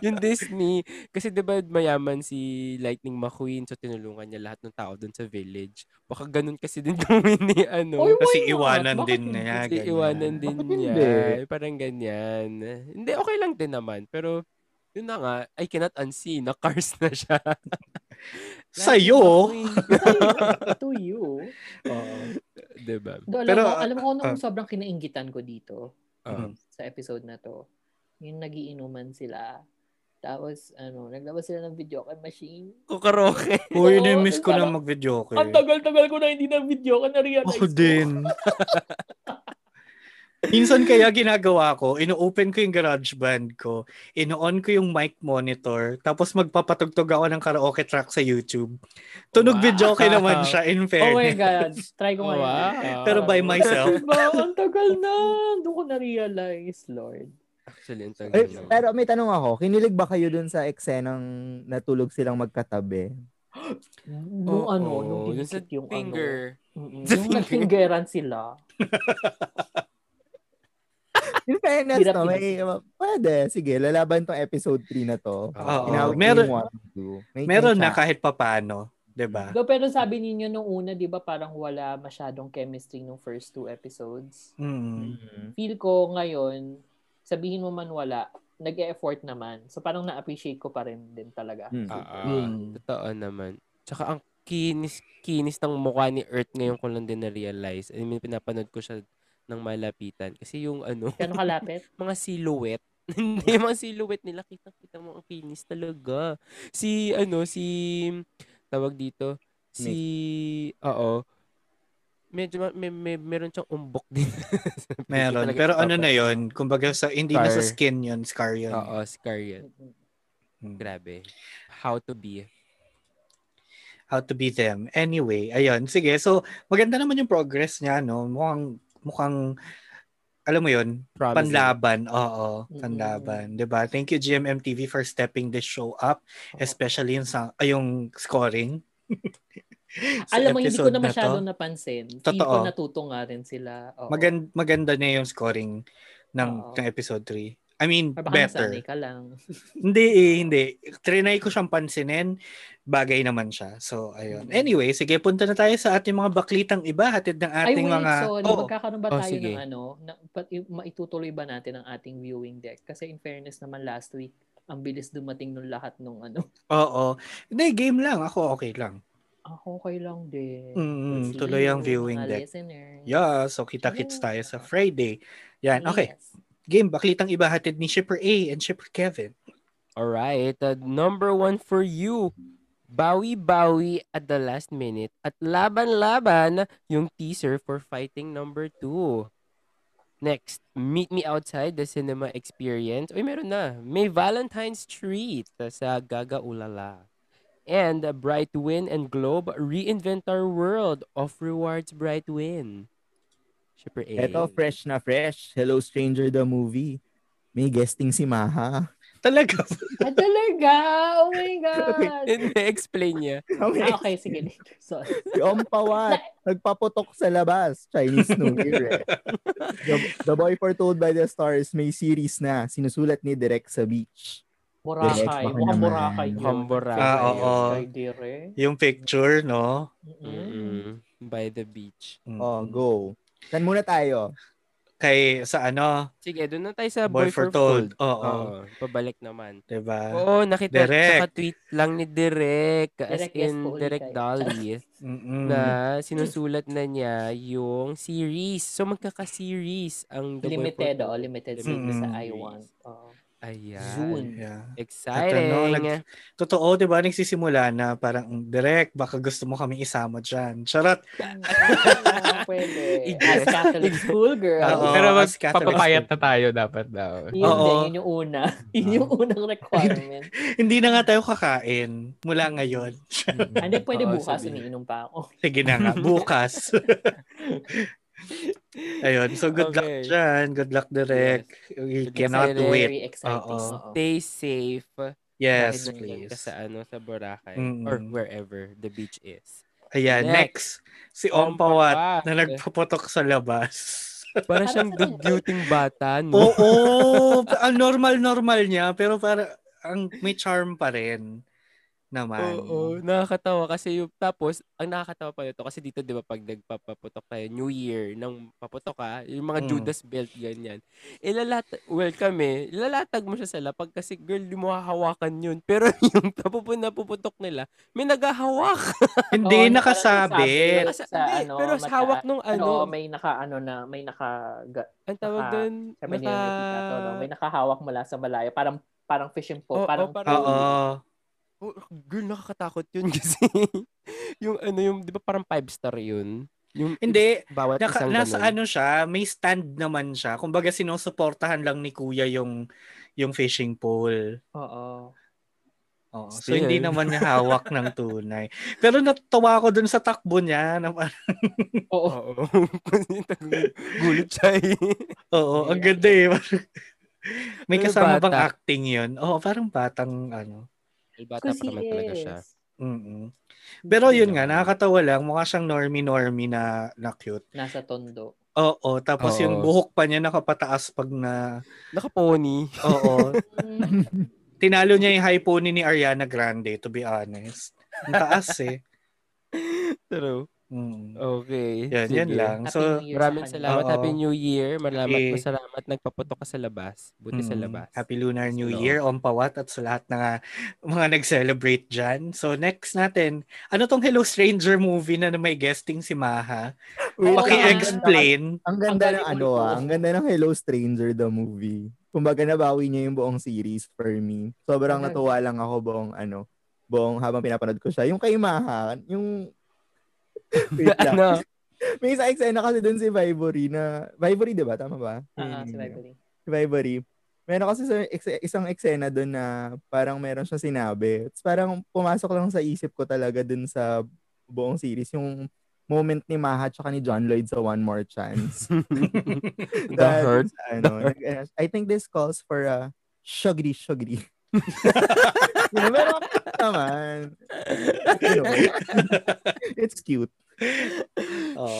S3: yung Disney, kasi 'di ba mayaman si Lightning McQueen so tinulungan niya lahat ng tao doon sa village. Baka ganun kasi din gawin ni
S2: Oy,
S3: ano.
S2: why
S5: Kasi
S2: not?
S5: iwanan
S2: Bakit
S5: din
S2: hindi?
S5: niya.
S3: Kasi
S5: ganyan.
S3: iwanan din
S6: Bakit
S3: niya.
S6: hindi?
S3: Parang ganyan. Hindi, okay lang din naman. Pero, yun na nga, I cannot unsee na cars na siya.
S5: Sa'yo?
S3: Lightning
S2: to you.
S5: Oo.
S3: McQueen. 'Di ba?
S2: Do, alam
S5: Pero,
S2: mo, alam ko nung
S5: ah. Hmm.
S2: sobrang kinainggitan ko dito
S3: Oo.
S2: sa episode na to, yung nagiinuman sila, tapos, ano, naglabas sila ng video cam machine.
S3: Kukaroke.
S5: Uy,
S2: Oo,
S5: na-miss ko na eh.
S2: parang-
S5: mag-video ko.
S2: Ang tagal-tagal ko na hindi na video cam, na-realize
S5: Ako
S2: ko.
S5: din. Minsan kaya ginagawa ko, ino-open ko yung garage band ko, ino-on ko yung mic monitor, tapos magpapatugtog ako ng karaoke track sa YouTube. Tunog
S2: Wow.
S5: video okay naman siya,
S2: Oh
S5: in
S2: my
S5: fairness.
S2: God. Try
S3: Oh,
S2: ko nga yun.
S4: Wow.
S5: Pero by myself.
S2: Diba? Ang tagal na. Doon ko na-realize, Lord.
S3: Actually, ang tagal.
S6: Eh, pero may tanong ako, kinilig ba kayo dun sa eksenang natulog silang magkatabi?
S2: Nung
S3: Oo,
S2: ano, nung
S3: yun sa
S2: pinikit yung ano.
S3: finger.
S2: Mm-mm.
S3: Sa
S2: Yung
S3: finger.
S2: nagfingeran sila.
S6: In fairness,
S2: Hirap
S6: no,
S2: yun.
S6: may, pwede, sige, lalaban tong episode 3 na to.
S5: Oo.
S6: Inawit ko
S5: Meron-
S6: yung one and two. May
S5: Meron
S6: chance
S5: na kahit papano, 'di ba?
S2: Do, pero sabi ninyo nung una, di ba parang wala masyadong chemistry nung first two episodes?
S5: Mm.
S6: Mhm.
S2: Feel ko ngayon, sabihin mo man wala, nag-e-effort naman. So parang na-appreciate ko pa rin din talaga.
S5: Hmm.
S6: Mm.
S4: Ah,
S3: Totoo naman. Tsaka ang kinis kinis ng mukha ni Earth ngayon ko lang din na-realize. I mean, pinapanood ko siya ng malapitan. Kasi yung ano,
S2: Kano kalapit?
S3: mga silhouette. Hindi, yung mga silhouette nila. Kita-kita mo ang kinis talaga. Si, ano, si, tawag dito, si, oo, medyo ma- may, may, meron siyang umbok din. Hindi
S5: Meron.
S3: talaga
S5: Pero ano
S3: dapat.
S5: na yon Kumbaga, sa, hindi na sa
S3: Scar.
S5: skin yon Scar yun.
S3: Oo, scar yun.
S5: Mm.
S3: Grabe. How to be.
S5: How to be them. Anyway, ayun. Sige, so maganda naman yung progress niya, no? Mukhang, mukhang, alam mo yun,
S3: Promising.
S5: panlaban. Oo,
S2: Mm-mm.
S5: panlaban. 'Di ba Thank you, GMMTV, for stepping this show up. Especially yung, sa, ay, yung scoring. Sa
S2: Alam mo, hindi ko
S5: episode
S2: na
S5: to.
S2: masyado napansin. Hindi
S5: Totoo.
S2: ko natuto nga rin sila. Oo.
S5: Magan- maganda na yung scoring ng,
S2: Oo.
S5: ng episode 3. I mean,
S2: Or baka
S5: better.
S2: nasanay ka lang.
S5: Hindi eh, hindi. Trinay ko siyang pansinin. Bagay naman siya.
S2: Mm.
S5: So, ayun. Anyway, sige, punta na tayo sa ating mga baklitang iba. Hatid ng
S2: Ay,
S5: ating
S2: wait,
S5: mga...
S2: sorry.
S5: Oo.
S2: Magkakaroon ba
S3: Oh,
S2: tayo
S3: sige.
S2: ng ano? Na, pa- i- maitutuloy ba natin ang ating viewing deck? Kasi in fairness naman last week, ang bilis dumating nung lahat nung ano.
S5: Oo. Hindi, game lang. Ako, okay lang.
S2: Ako Ah, okay lang din.
S5: Mm,
S2: Let's
S5: tuloy ang
S2: leave,
S5: viewing
S2: mga
S5: deck.
S2: listeners.
S5: Yeah, so kita-kits tayo sa Friday. Yan, okay.
S2: Yes.
S5: Game, baklitang iba hatid ni Shipper A and Shipper Kevin.
S3: Alright, uh, number one for you. Bawi-bawi at the last minute at laban-laban yung teaser for fighting number two. Next, meet me outside the cinema experience. Uy, meron na. May Valentine's treat sa Gaga Ulala. And uh, Bright Win and Globe reinvent our world of rewards eh. Bright Win. Shipper A.
S6: Eto, fresh na fresh. Hello, Stranger the Movie. May guesting si Maha.
S5: Talaga.
S2: Ah, talaga? Oh my God.
S3: Explain niya.
S2: ah,
S6: Okay.
S2: okay, sige. later. Sorry.
S6: Si Om Pawat. Nagpaputok sa labas. Chinese New Year eh. The, the Boy Foretold by the Stars may series na sinusulat ni Direk sa beach.
S2: Boracay.
S6: baka
S2: Mukhang
S6: naman.
S2: Boracay. yun.
S3: Kambora.
S5: Ah, oo.
S2: Ay, dire.
S5: yung picture, no?
S2: Mm-mm.
S3: Mm-mm. By the beach.
S5: Mm.
S6: Oh, go. Saan muna tayo?
S5: Kay, sa ano,
S3: Sige, doon na tayo sa Boy,
S5: Boy
S3: Oh. for Told.
S5: Foretold. Oo,
S3: Oo, pabalik naman.
S5: diba?
S3: Oo, nakita
S5: Direk.
S3: sa tweet lang ni Direk as
S2: Direk, yes
S3: in
S2: po, ulit
S3: Direk
S2: tayo.
S3: Dali
S5: Mm-mm.
S3: na sinusulat na niya yung series. So magkaka-series ang The
S2: Limited,
S3: Boy
S2: oh,
S3: for
S2: limited
S5: Mm-mm.
S2: mm sa I want. Oh.
S3: Ayan.
S2: Zoom.
S5: Yeah.
S3: Exciting.
S5: At ano, nag- Totoo, di ba? Nagsisimula na parang direct, baka gusto mo kami isama dyan. Charot.
S2: Ah, pwede. As Catholic school girl.
S5: Oo,
S4: Pero
S5: as Catholic
S4: papapayat na tayo dapat daw.
S2: Yun
S5: Oo.
S2: din, yun yung una. Yun yung unang requirement.
S5: Hindi na nga tayo kakain mula ngayon.
S2: Ah, Hindi, pwede
S3: Oo,
S2: bukas,
S3: sabi.
S2: umiinom pa ako.
S5: Sige na nga, bukas. Ayun, so good luck
S3: Okay.
S5: dyan. Good luck direct. We cannot
S3: Excited.
S5: wait.
S2: Very exciting.
S5: Oo.
S2: Oo.
S3: Stay safe.
S5: Yes,
S3: Kahit nandyan
S5: please.
S3: Ka sa ano, sa Boracay.
S5: Mm-mm.
S3: Or wherever the beach is.
S5: Ayan, next.
S3: Next.
S5: Si Om Pawat
S3: Pawat.
S5: na nagpaputok sa labas.
S3: Para siyang
S2: Parang-
S3: dugyuting bata, no?
S5: Oo, ang normal-normal niya, pero para ang may charm pa rin naman.
S2: Ano.
S3: Oo, nakakatawa kasi yung tapos ang nakakatawa pa nito kasi dito 'di ba pag nagpapaputok tayo New Year nang paputok ka, yung mga
S5: Mm.
S3: Judas belt ganyan. Ilalat well kami, ilalatag mo siya sa lapag kasi girl di mo hahawakan yun. Pero yung tapupun na puputok nila, may nagahawak.
S5: Hindi
S2: Oo,
S5: nakasabit.
S2: nakasabit.
S3: Sa,
S2: Sa
S3: hindi,
S2: ano,
S3: pero sa
S2: mata-
S3: hawak nung
S2: Ano,
S3: ano,
S2: may naka, ano na, may naka, ga-
S3: ang tawag
S2: naka-
S3: doon,
S2: sabi nila ni Tita to, no? may
S3: naka,
S2: nakahawak mula sa malaya. Parang, parang fishing pole.
S3: Oo,
S2: parang,
S3: parang-
S5: Oo.
S3: oh, girl nakakatakot yun kasi yung ano yung 'di ba parang five star yun. Yung
S5: Hindi,
S3: bawat
S5: naka,
S3: isang
S5: nasa
S3: ganun.
S5: ano siya, may stand naman siya. Kumbaga sinusuportahan lang ni Kuya yung yung fishing pole.
S2: oo.
S5: Oo. So
S3: Still.
S5: hindi naman niya hawak ng tunay. Pero natuwa ako dun sa takbo niya. ano, Na, parang-
S2: Oo.
S3: Oo. Kasi tag- gulat siya eh.
S5: oo, ang ganda eh. Parang- may
S3: Pero
S5: kasama bang
S3: bata.
S5: acting yun? Oo, parang batang ano.
S3: Bata
S2: Kasi
S3: pa naman talaga siya.
S2: is.
S5: mm Pero yun nga,
S3: naman.
S5: nakakatawa lang. Mukha siyang normie-normie na, na cute.
S2: Nasa tondo.
S5: Oo, tapos
S3: Oo.
S5: yung buhok pa niya nakapataas pag na...
S3: Nakapony.
S5: Oo,
S3: Mm.
S5: tinalo niya yung high pony ni Ariana Grande, to be honest. Ang taas eh.
S3: True.
S5: Mm.
S3: Okay.
S5: Yan, yan
S3: sige.
S5: lang.
S2: Happy
S5: So,
S2: New Year sa
S3: Maraming
S2: kanya.
S3: salamat.
S5: Oo.
S3: Happy New Year. Malamat,
S5: Okay.
S3: Masalamat. Nagpaputok ka sa labas. Buti sa
S5: mm,
S3: labas.
S5: Happy Lunar New
S3: Hello.
S5: Year, Om Pawat, at sa lahat ng mga- mga nag-celebrate dyan. So, next natin, ano tong Hello Stranger movie na may guesting si Maha?
S2: Oo nga.
S5: Paki-explain.
S6: Ang ganda
S2: Ang
S6: ng
S2: galing
S6: ano
S2: ulit.
S6: ah, ang ganda ng Hello Stranger the movie. Kumbaga nabawi niya yung buong series for me. Sobrang
S2: Talaga.
S6: natuwa lang ako buong ano, buong habang pinapanood ko siya. Yung kay Maha, yung Wait lang.
S3: ano?
S6: May isa eksena kasi dun si Vivory na... Vivory, di ba? Tama ba?
S2: Ah, ah, si
S3: Mm.
S2: Vibery.
S6: Si Vivory. Meron kasi sa ekse- isang eksena dun na parang meron siya sinabi. It's parang pumasok lang sa isip ko talaga dun sa buong series. Yung moment ni Maha tsaka ni John Lloyd sa One More Chance.
S3: The hurt.
S6: Sa, ano, nag- I think this calls for a sugri sugri. Pero naman. You know, it's cute.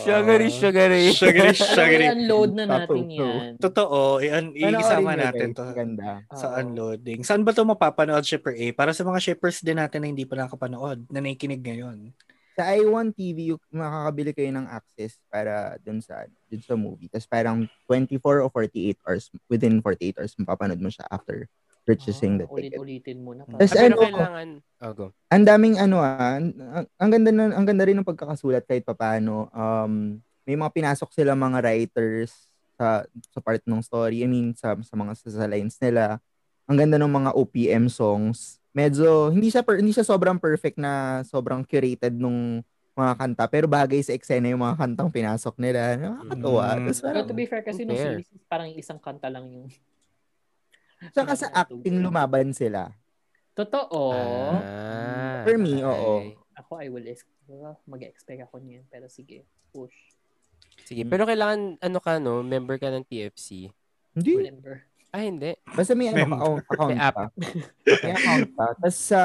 S3: Sugary, eh. sugary.
S5: Sugary,
S2: Pero
S5: sugary.
S2: i-unload na natin
S6: Papaw.
S2: yan.
S5: Totoo, i-
S6: Panoorin
S5: isama
S6: nyo,
S5: natin
S6: guys.
S5: to
S6: Maganda.
S2: Oo.
S5: sa unloading. Saan ba to mapapanood, Shipper A? Para sa mga shippers din natin na hindi pa nakapanood, na nakikinig ngayon.
S6: Sa I1 TV, you- makakabili kayo ng access para dun sa, dun sa movie. Tapos parang 24 o 48 hours, within 48 hours, mapapanood mo siya after purchasing the
S2: Ah,
S6: ticket.
S2: Ulit-ulitin mo na. pa.
S6: Tapos
S3: Ah,
S6: ano,
S3: Pero kailangan... Oh, go.
S6: ang daming ano ah, ang, ang- ang ganda na, ang ganda rin ng pagkakasulat kahit papaano. Um may mga pinasok sila mga writers sa sa part ng story. I mean sa sa mga sa, sa lines nila. Ang ganda ng mga OPM songs. Medyo hindi siya per- hindi siya sobrang perfect na sobrang curated nung mga kanta pero bagay sa eksena yung mga kantang pinasok nila. Nakakatuwa.
S1: Mm.
S6: Tapos
S2: Pero
S6: parang,
S2: to be fair kasi nung
S3: Fair.
S2: series, parang isang kanta lang yung...
S6: tsaka sa acting lumaban sila.
S2: Totoo.
S3: Ah,
S6: For me, oo.
S3: okay.
S2: Ako, I will ex- mag-expect ako niyan. Pero sige, push.
S3: Sige, pero kailangan, ano ka, no? Member ka ng TFC.
S6: Hindi.
S2: Remember.
S3: Ah, hindi.
S6: Basta may ano,
S5: Mem-
S6: account, account
S3: May app.
S6: pa. May account ka. Tapos sa,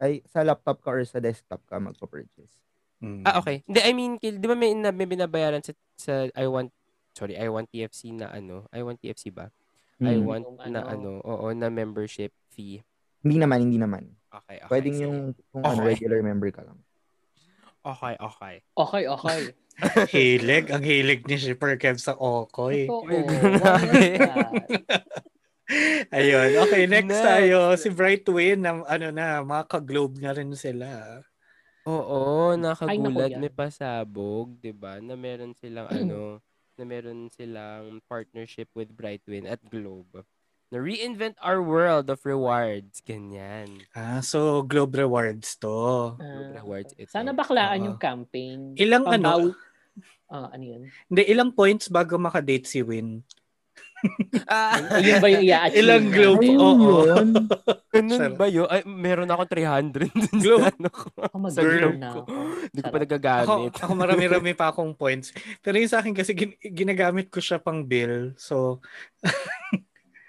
S6: ay, sa laptop ka or sa desktop ka magpa-purchase.
S5: Mm.
S3: Ah, okay. Hindi, I mean, kil- di ba may, na- may binabayaran sa, sa I want, sorry, I want TFC na ano? I want TFC ba? I
S5: Hmm.
S6: Mm.
S3: want
S2: Yung
S3: na
S2: ano.
S3: ano, oo, na membership fee.
S6: Hindi naman, hindi naman.
S3: Okay, okay.
S6: Pwedeng
S3: sige.
S6: yung kung ano,
S3: Okay.
S6: regular member ka lang.
S3: Okay, okay.
S2: Okay, okay.
S5: hilig. Ang hilig ni Shipper Kev sa Okoy.
S2: Totoo. Why
S3: Uy,
S2: is
S3: grabe.
S2: that?
S5: Ayun. Okay, next,
S3: Next.
S5: tayo. Si Bright Wayne, na, ano na, maka-globe na rin sila.
S3: Oo, nakagulat.
S2: yan.
S3: may pasabog, di ba? Na meron silang
S5: Hmm.
S3: ano, na meron silang partnership with Brightwin at Globe. Na reinvent our world of rewards. Ganyan.
S5: Ah, so Globe Rewards to.
S2: Ah,
S3: Globe rewards ito.
S2: sana baklaan
S5: Oo.
S2: yung camping.
S5: Ilang ano?
S2: Pambawi- Ah, ano yun?
S5: Hindi, ilang points bago makadate si Win?
S3: Ah,
S2: Yun ba yung i-achieve?
S5: Ilang Oh.
S2: na?
S5: globe?
S6: Ayun
S5: Oo.
S6: yun.
S3: ganun
S5: Sarap.
S3: ba yun? Ay, meron akong 300 dun
S5: Globe.
S3: sa ano ko.
S2: Ako mag
S3: Sa
S5: Girl.
S2: na
S3: ko.
S2: ako.
S3: Hindi ko pa
S2: Sarap.
S3: nagagamit.
S5: Ako, ako marami-rami pa akong points. Pero yung sa akin kasi gin- ginagamit ko siya pang bill. So,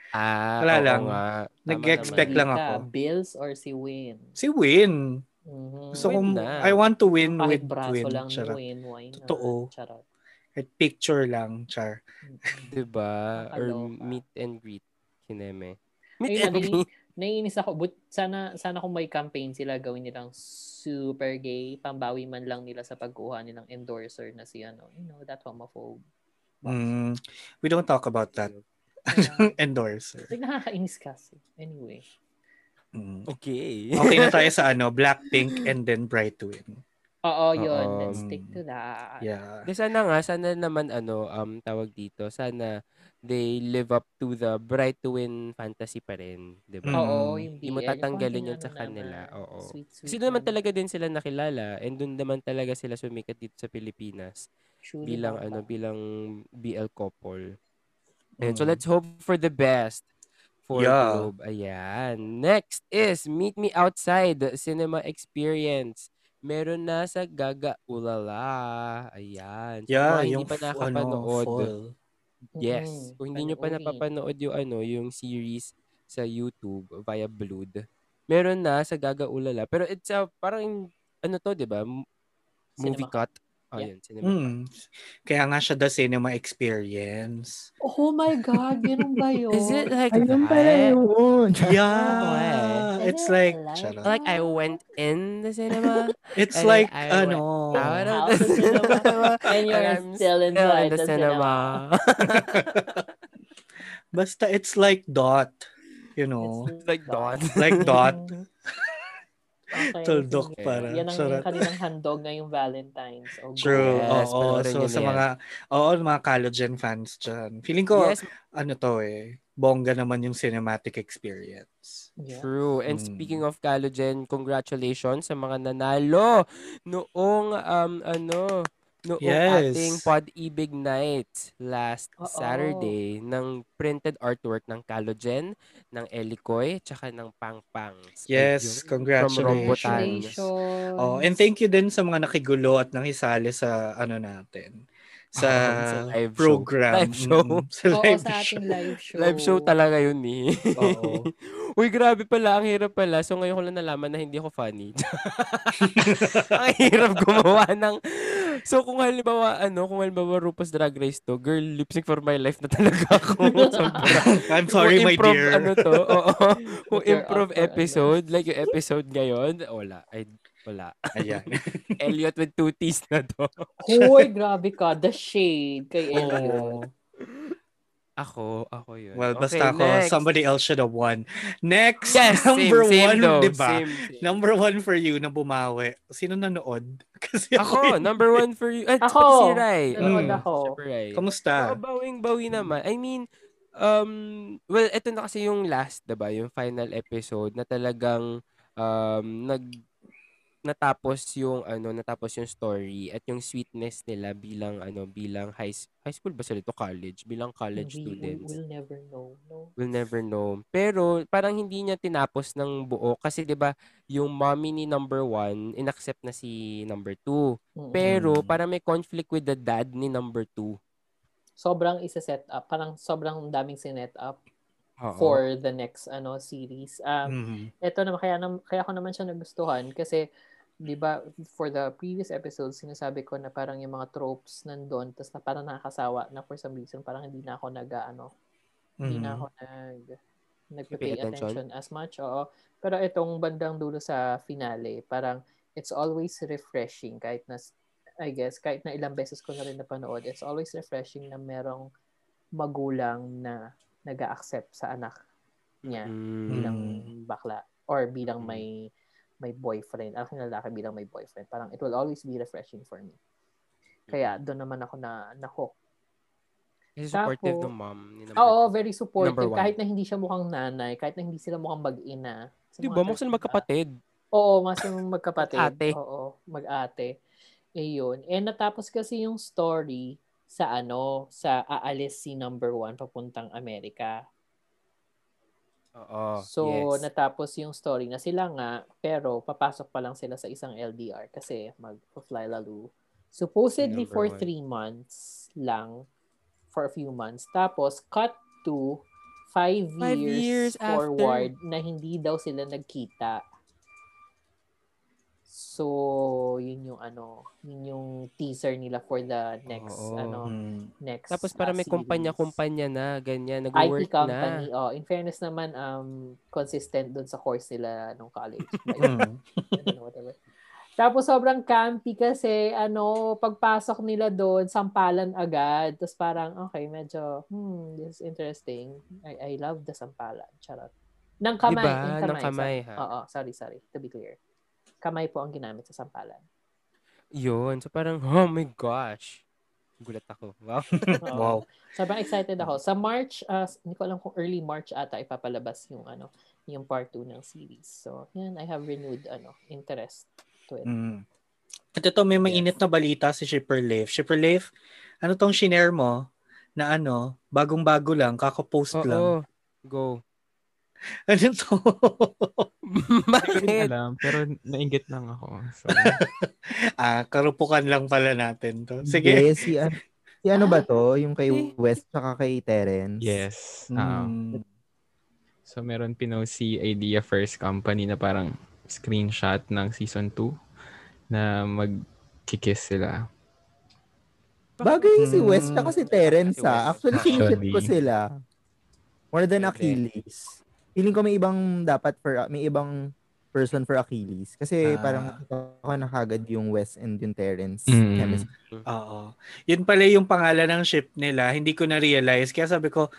S3: Ah,
S5: Wala
S3: oo
S5: lang.
S3: nga. Tama
S5: Nag-expect
S3: naman.
S5: lang
S2: Kita,
S5: ako.
S2: Bills or si Win?
S5: si Win.
S2: Mhm.
S5: Gusto
S3: Win
S5: kong,
S3: na.
S5: I want to win
S2: Kahit
S5: with
S2: braso
S5: Win.
S2: lang ni
S5: Charot.
S2: Win. Why not?
S5: Totoo.
S2: Charot.
S5: Kahit picture lang, char.
S2: Mhm.
S3: Diba? Or
S2: Nakakaloka.
S3: meet and greet. Kineme. Meet
S2: Ayun,
S3: and greet.
S2: nai- naiinis ako. But sana, sana kung may campaign sila, gawin nilang super gay. Pambawi man lang nila sa pagkuha nilang endorser na si ano, you know, that homophobe.
S5: Mm, we don't talk about that.
S2: Kaya,
S5: Endorser.
S2: like, nakakainis kasi. Anyway.
S5: Mm.
S3: Okay.
S5: Okay na tayo sa ano, Blackpink and then Bright Win.
S2: Oo, yun.
S3: Oo.
S2: Let's stick to that.
S5: Yeah.
S3: Di sana nga, sana naman ano, um, tawag dito, sana they live up to the bright to win fantasy pa rin. diba? Di ba?
S2: Oo, yung
S3: Hindi mo
S2: BL, yung
S3: tatanggalin
S2: konting
S3: yun sa
S2: ano
S3: kanila,
S2: naman,
S3: oo.
S2: Sweet, sweet.
S3: Kasi doon naman
S2: naman.
S3: talaga din sila nakilala and doon naman talaga sila sumikat dito sa Pilipinas
S2: Truly
S3: bilang
S2: bata.
S3: ano bilang BL couple. And
S5: Mm.
S3: so let's hope for the best for
S5: Yeah.
S3: Globe. Ayan. Next is Meet Me Outside the Cinema Experience. Meron na sa Gaga Ulala. Ayan. So,
S5: Yeah,
S3: mga
S5: yung
S3: hindi pa
S5: f-
S3: nakapanood.
S5: Ano, fall.
S3: yes.
S2: Mm-mm,
S3: Kung hindi nyo pa
S2: panoorin.
S3: napapanood yung ano, yung series sa YouTube via Blood. Meron na sa Gaga Ulala. Pero it's a parang ano to, 'di ba? M- Movie
S2: Cinema.
S3: cut.
S2: Yeah.
S3: Ayun, cinema cut.
S5: Mm. Kaya nga siya the cinema experience.
S2: Oh my God, ganun ba yun?
S3: Is it like
S6: Ayun pala
S3: that?
S6: yun.
S5: Yeah. It's like, charot.
S3: Like I went in the cinema.
S5: It's
S3: And
S5: like,
S3: I went
S5: ano.
S3: out of
S2: Out of the cinema.
S3: the cinema.
S2: And you're
S3: I'm
S2: still inside the
S5: Basta it's like dot. You know.
S2: It's
S3: like Dawn.
S5: Like dot.
S2: Okay,
S5: Tuldok
S2: sige.
S5: para.
S2: Yan ang
S5: Charot.
S2: kanilang handog ngayong Valentine's. Oh, go.
S5: True.
S3: Yes,
S5: oo,
S3: panoorin
S5: so
S3: nyo
S5: sa
S3: na yan.
S5: mga, oo, mga Collagen fans dyan. Feeling ko,
S3: yes,
S5: ano to eh, bongga naman yung cinematic experience.
S2: Yeah.
S3: true. And
S5: Mm.
S3: speaking of Calogen, congratulations sa mga nanalo noong um ano noong
S5: Yes.
S3: ating Pod-ibig Night last
S2: Oo.
S3: Saturday ng printed artwork ng Calogen, ng Elicoy, tsaka ng Pang Pang.
S5: Yes, congratulations.
S3: Rombotans.
S2: Congratulations.
S5: Oh, and thank you din sa mga nakigulo at nangisali sa ano natin. Sa,
S3: Ah, Sa live show.
S5: program.
S3: Live show.
S5: Mm, Sa
S2: Oo,
S5: live
S2: sa
S5: show.
S2: ating live show.
S3: Live show talaga yun eh.
S5: Oo.
S3: Uy, grabe pala. Ang hirap pala. So, ngayon ko lang nalaman na hindi ako funny. ang hirap gumawa ng... So, kung halimbawa, ano, kung halimbawa Rupa's Drag Race to, girl, lip sync for my life na talaga ako. Sobra.
S5: I'm sorry,
S3: Kung
S5: my
S3: improv,
S5: dear.
S3: Ano to? Oo. Kung
S2: Put your
S3: improv
S2: up for
S3: episode, like yung episode ngayon, wala. Ay, wala.
S5: Ayan.
S3: Elliot with two T's na to.
S2: Hoy, grabe ka. The shade kay
S5: Oo.
S2: Elliot.
S3: Ako, ako yun.
S5: Well,
S3: Okay,
S5: basta ako,
S3: next.
S5: somebody else should have won. Next,
S3: Yes,
S5: number
S3: same, same
S5: one,
S3: though.
S5: di ba?
S3: Same, same.
S5: Number one for you na bumawi. Sino nanood? Kasi
S3: Ako,
S5: yun.
S3: number one for you. At
S2: Ako.
S3: ako. si Rai.
S2: Nanood
S5: Mm.
S2: ako.
S3: Siyempre, Rai.
S5: Kamusta?
S3: bawing-bawi naman. I mean, um, well, eto na kasi yung last, 'di ba Yung final episode na talagang um, nag natapos yung ano natapos yung story at yung sweetness nila bilang ano bilang high s- high school ba sila to college bilang college
S2: We- we
S3: students
S2: will never know. No?
S3: we'll never know. Pero parang hindi niya tinapos ng buo kasi 'di ba, yung mommy ni number one, inaccept na si number two.
S2: Mm-mm.
S3: Pero
S5: Mm.
S3: parang may conflict with the dad ni number two.
S2: sobrang isa-set up. Parang sobrang daming sinet up
S3: Oo.
S2: for the next ano series. Um,
S5: Mhm.
S2: eto naman kaya nam- kaya ko naman siya nagustuhan kasi 'di ba for the previous episodes sinasabi ko na parang yung mga tropes nandoon tapos na parang nakakasawa na for some reason parang hindi na ako nag ano, hindi na ako nag nagpe-pay
S3: Mm-hmm. Pay attention.
S2: attention as much. Oo. Pero itong bandang dulo sa finale, parang it's always refreshing kahit na I guess kahit na ilang beses ko na rin napanood, it's always refreshing na merong magulang na nag accept sa anak niya
S3: Mm.
S2: bilang
S5: Mm.
S2: bakla or bilang
S3: Mm.
S2: may may boyfriend. Alam ko na lalaki bilang may boyfriend. Parang it will always be refreshing for me. Kaya
S3: Hmm.
S2: doon naman ako na na-hook.
S3: Kasi supportive
S2: Tapos-
S3: ng mom ni number
S2: Oo,
S3: two.
S2: very supportive.
S3: Number one.
S2: Kahit na hindi siya mukhang nanay, kahit na hindi sila mukhang mag-ina. Kasi mga
S3: 'Di
S2: thirteen
S3: ba? Mukha silang
S2: ba?
S3: Diba? magkapatid.
S2: Oo, mas yung magkapatid.
S3: Mag-ate.
S2: Oo, mag-ate. Ayun. Eh, natapos kasi yung story sa ano, sa aalis si number one papuntang Amerika.
S3: Oo.
S2: So,
S3: Oh, yes.
S2: natapos yung story na sila nga, pero papasok pa lang sila sa isang LDR kasi mag-fly lalo. Supposedly
S3: Number
S2: for
S3: one.
S2: three months lang, for a few months. Tapos, cut to five,
S3: Five years
S2: years,
S3: after.
S2: forward na hindi daw sila nagkita. So, yun yung ano, yun yung teaser nila for the next,
S3: Oo.
S2: ano,
S5: Mhm.
S2: next
S3: Tapos
S2: uh,
S3: para may
S2: series.
S3: kumpanya-kumpanya na, ganyan,
S2: IT
S3: nag-work
S2: company.
S3: na.
S2: Oh, in fairness naman, um, consistent dun sa course nila nung college. Like,
S5: Mhm.
S3: Mm.
S2: I don't know, whatever. Tapos sobrang campy kasi ano, pagpasok nila doon, sampalan agad. Tapos parang, okay, medyo, hmm, this is interesting. I, I love the sampalan. Charot. Ng kamay.
S3: Diba?
S2: yung
S3: Ng kamay,
S2: sorry.
S3: ha?
S2: Oo, sorry, sorry. To be clear. Kamay po ang ginamit sa sampalan.
S3: Yun. So parang, oh my gosh. Gulat ako. Wow.
S2: Oo.
S5: Wow.
S2: Sobrang excited ako. Sa March, ah, hindi ko alam kung early March ata ipapalabas yung ano, yung part 2 ng series. So, yan, I have renewed ano, interest to it.
S5: Mm. At ito, may mainit na balita si Shipper Leif. Shipper Leif, ano tong shinare mo na ano, bagong-bago lang, kakapost lang.
S3: Oo. Go.
S5: Ano to?
S4: Hindi ko rin
S5: Eh.
S3: Bakit?
S4: alam, pero nainggit lang ako. So,
S5: ah, karupukan lang pala natin to. Sige.
S6: Sige. si, an- si ano ba to? Yung kay West tsaka kay Terrence?
S4: yes. ah.
S5: Mm.
S4: So, meron pinost si Idea First Company na parang screenshot ng season 2 na magkikiss sila.
S6: Bagay si
S5: Mm.
S6: West tsaka si Terrence
S3: Si West.
S6: ah. Actually,
S3: Oo.
S6: kinship ko
S4: Actually.
S6: sila. More than
S3: Pwede.
S6: Achilles. Feeling ko may ibang dapat for, may ibang person for Achilles. Kasi
S5: Ah.
S6: parang nakita ko na kagad yung West and yung Terrence
S4: Mm.
S6: chemistry.
S5: Oo. Yun pala yung pangalan ng ship nila. Hindi ko na-realize. Kaya sabi ko,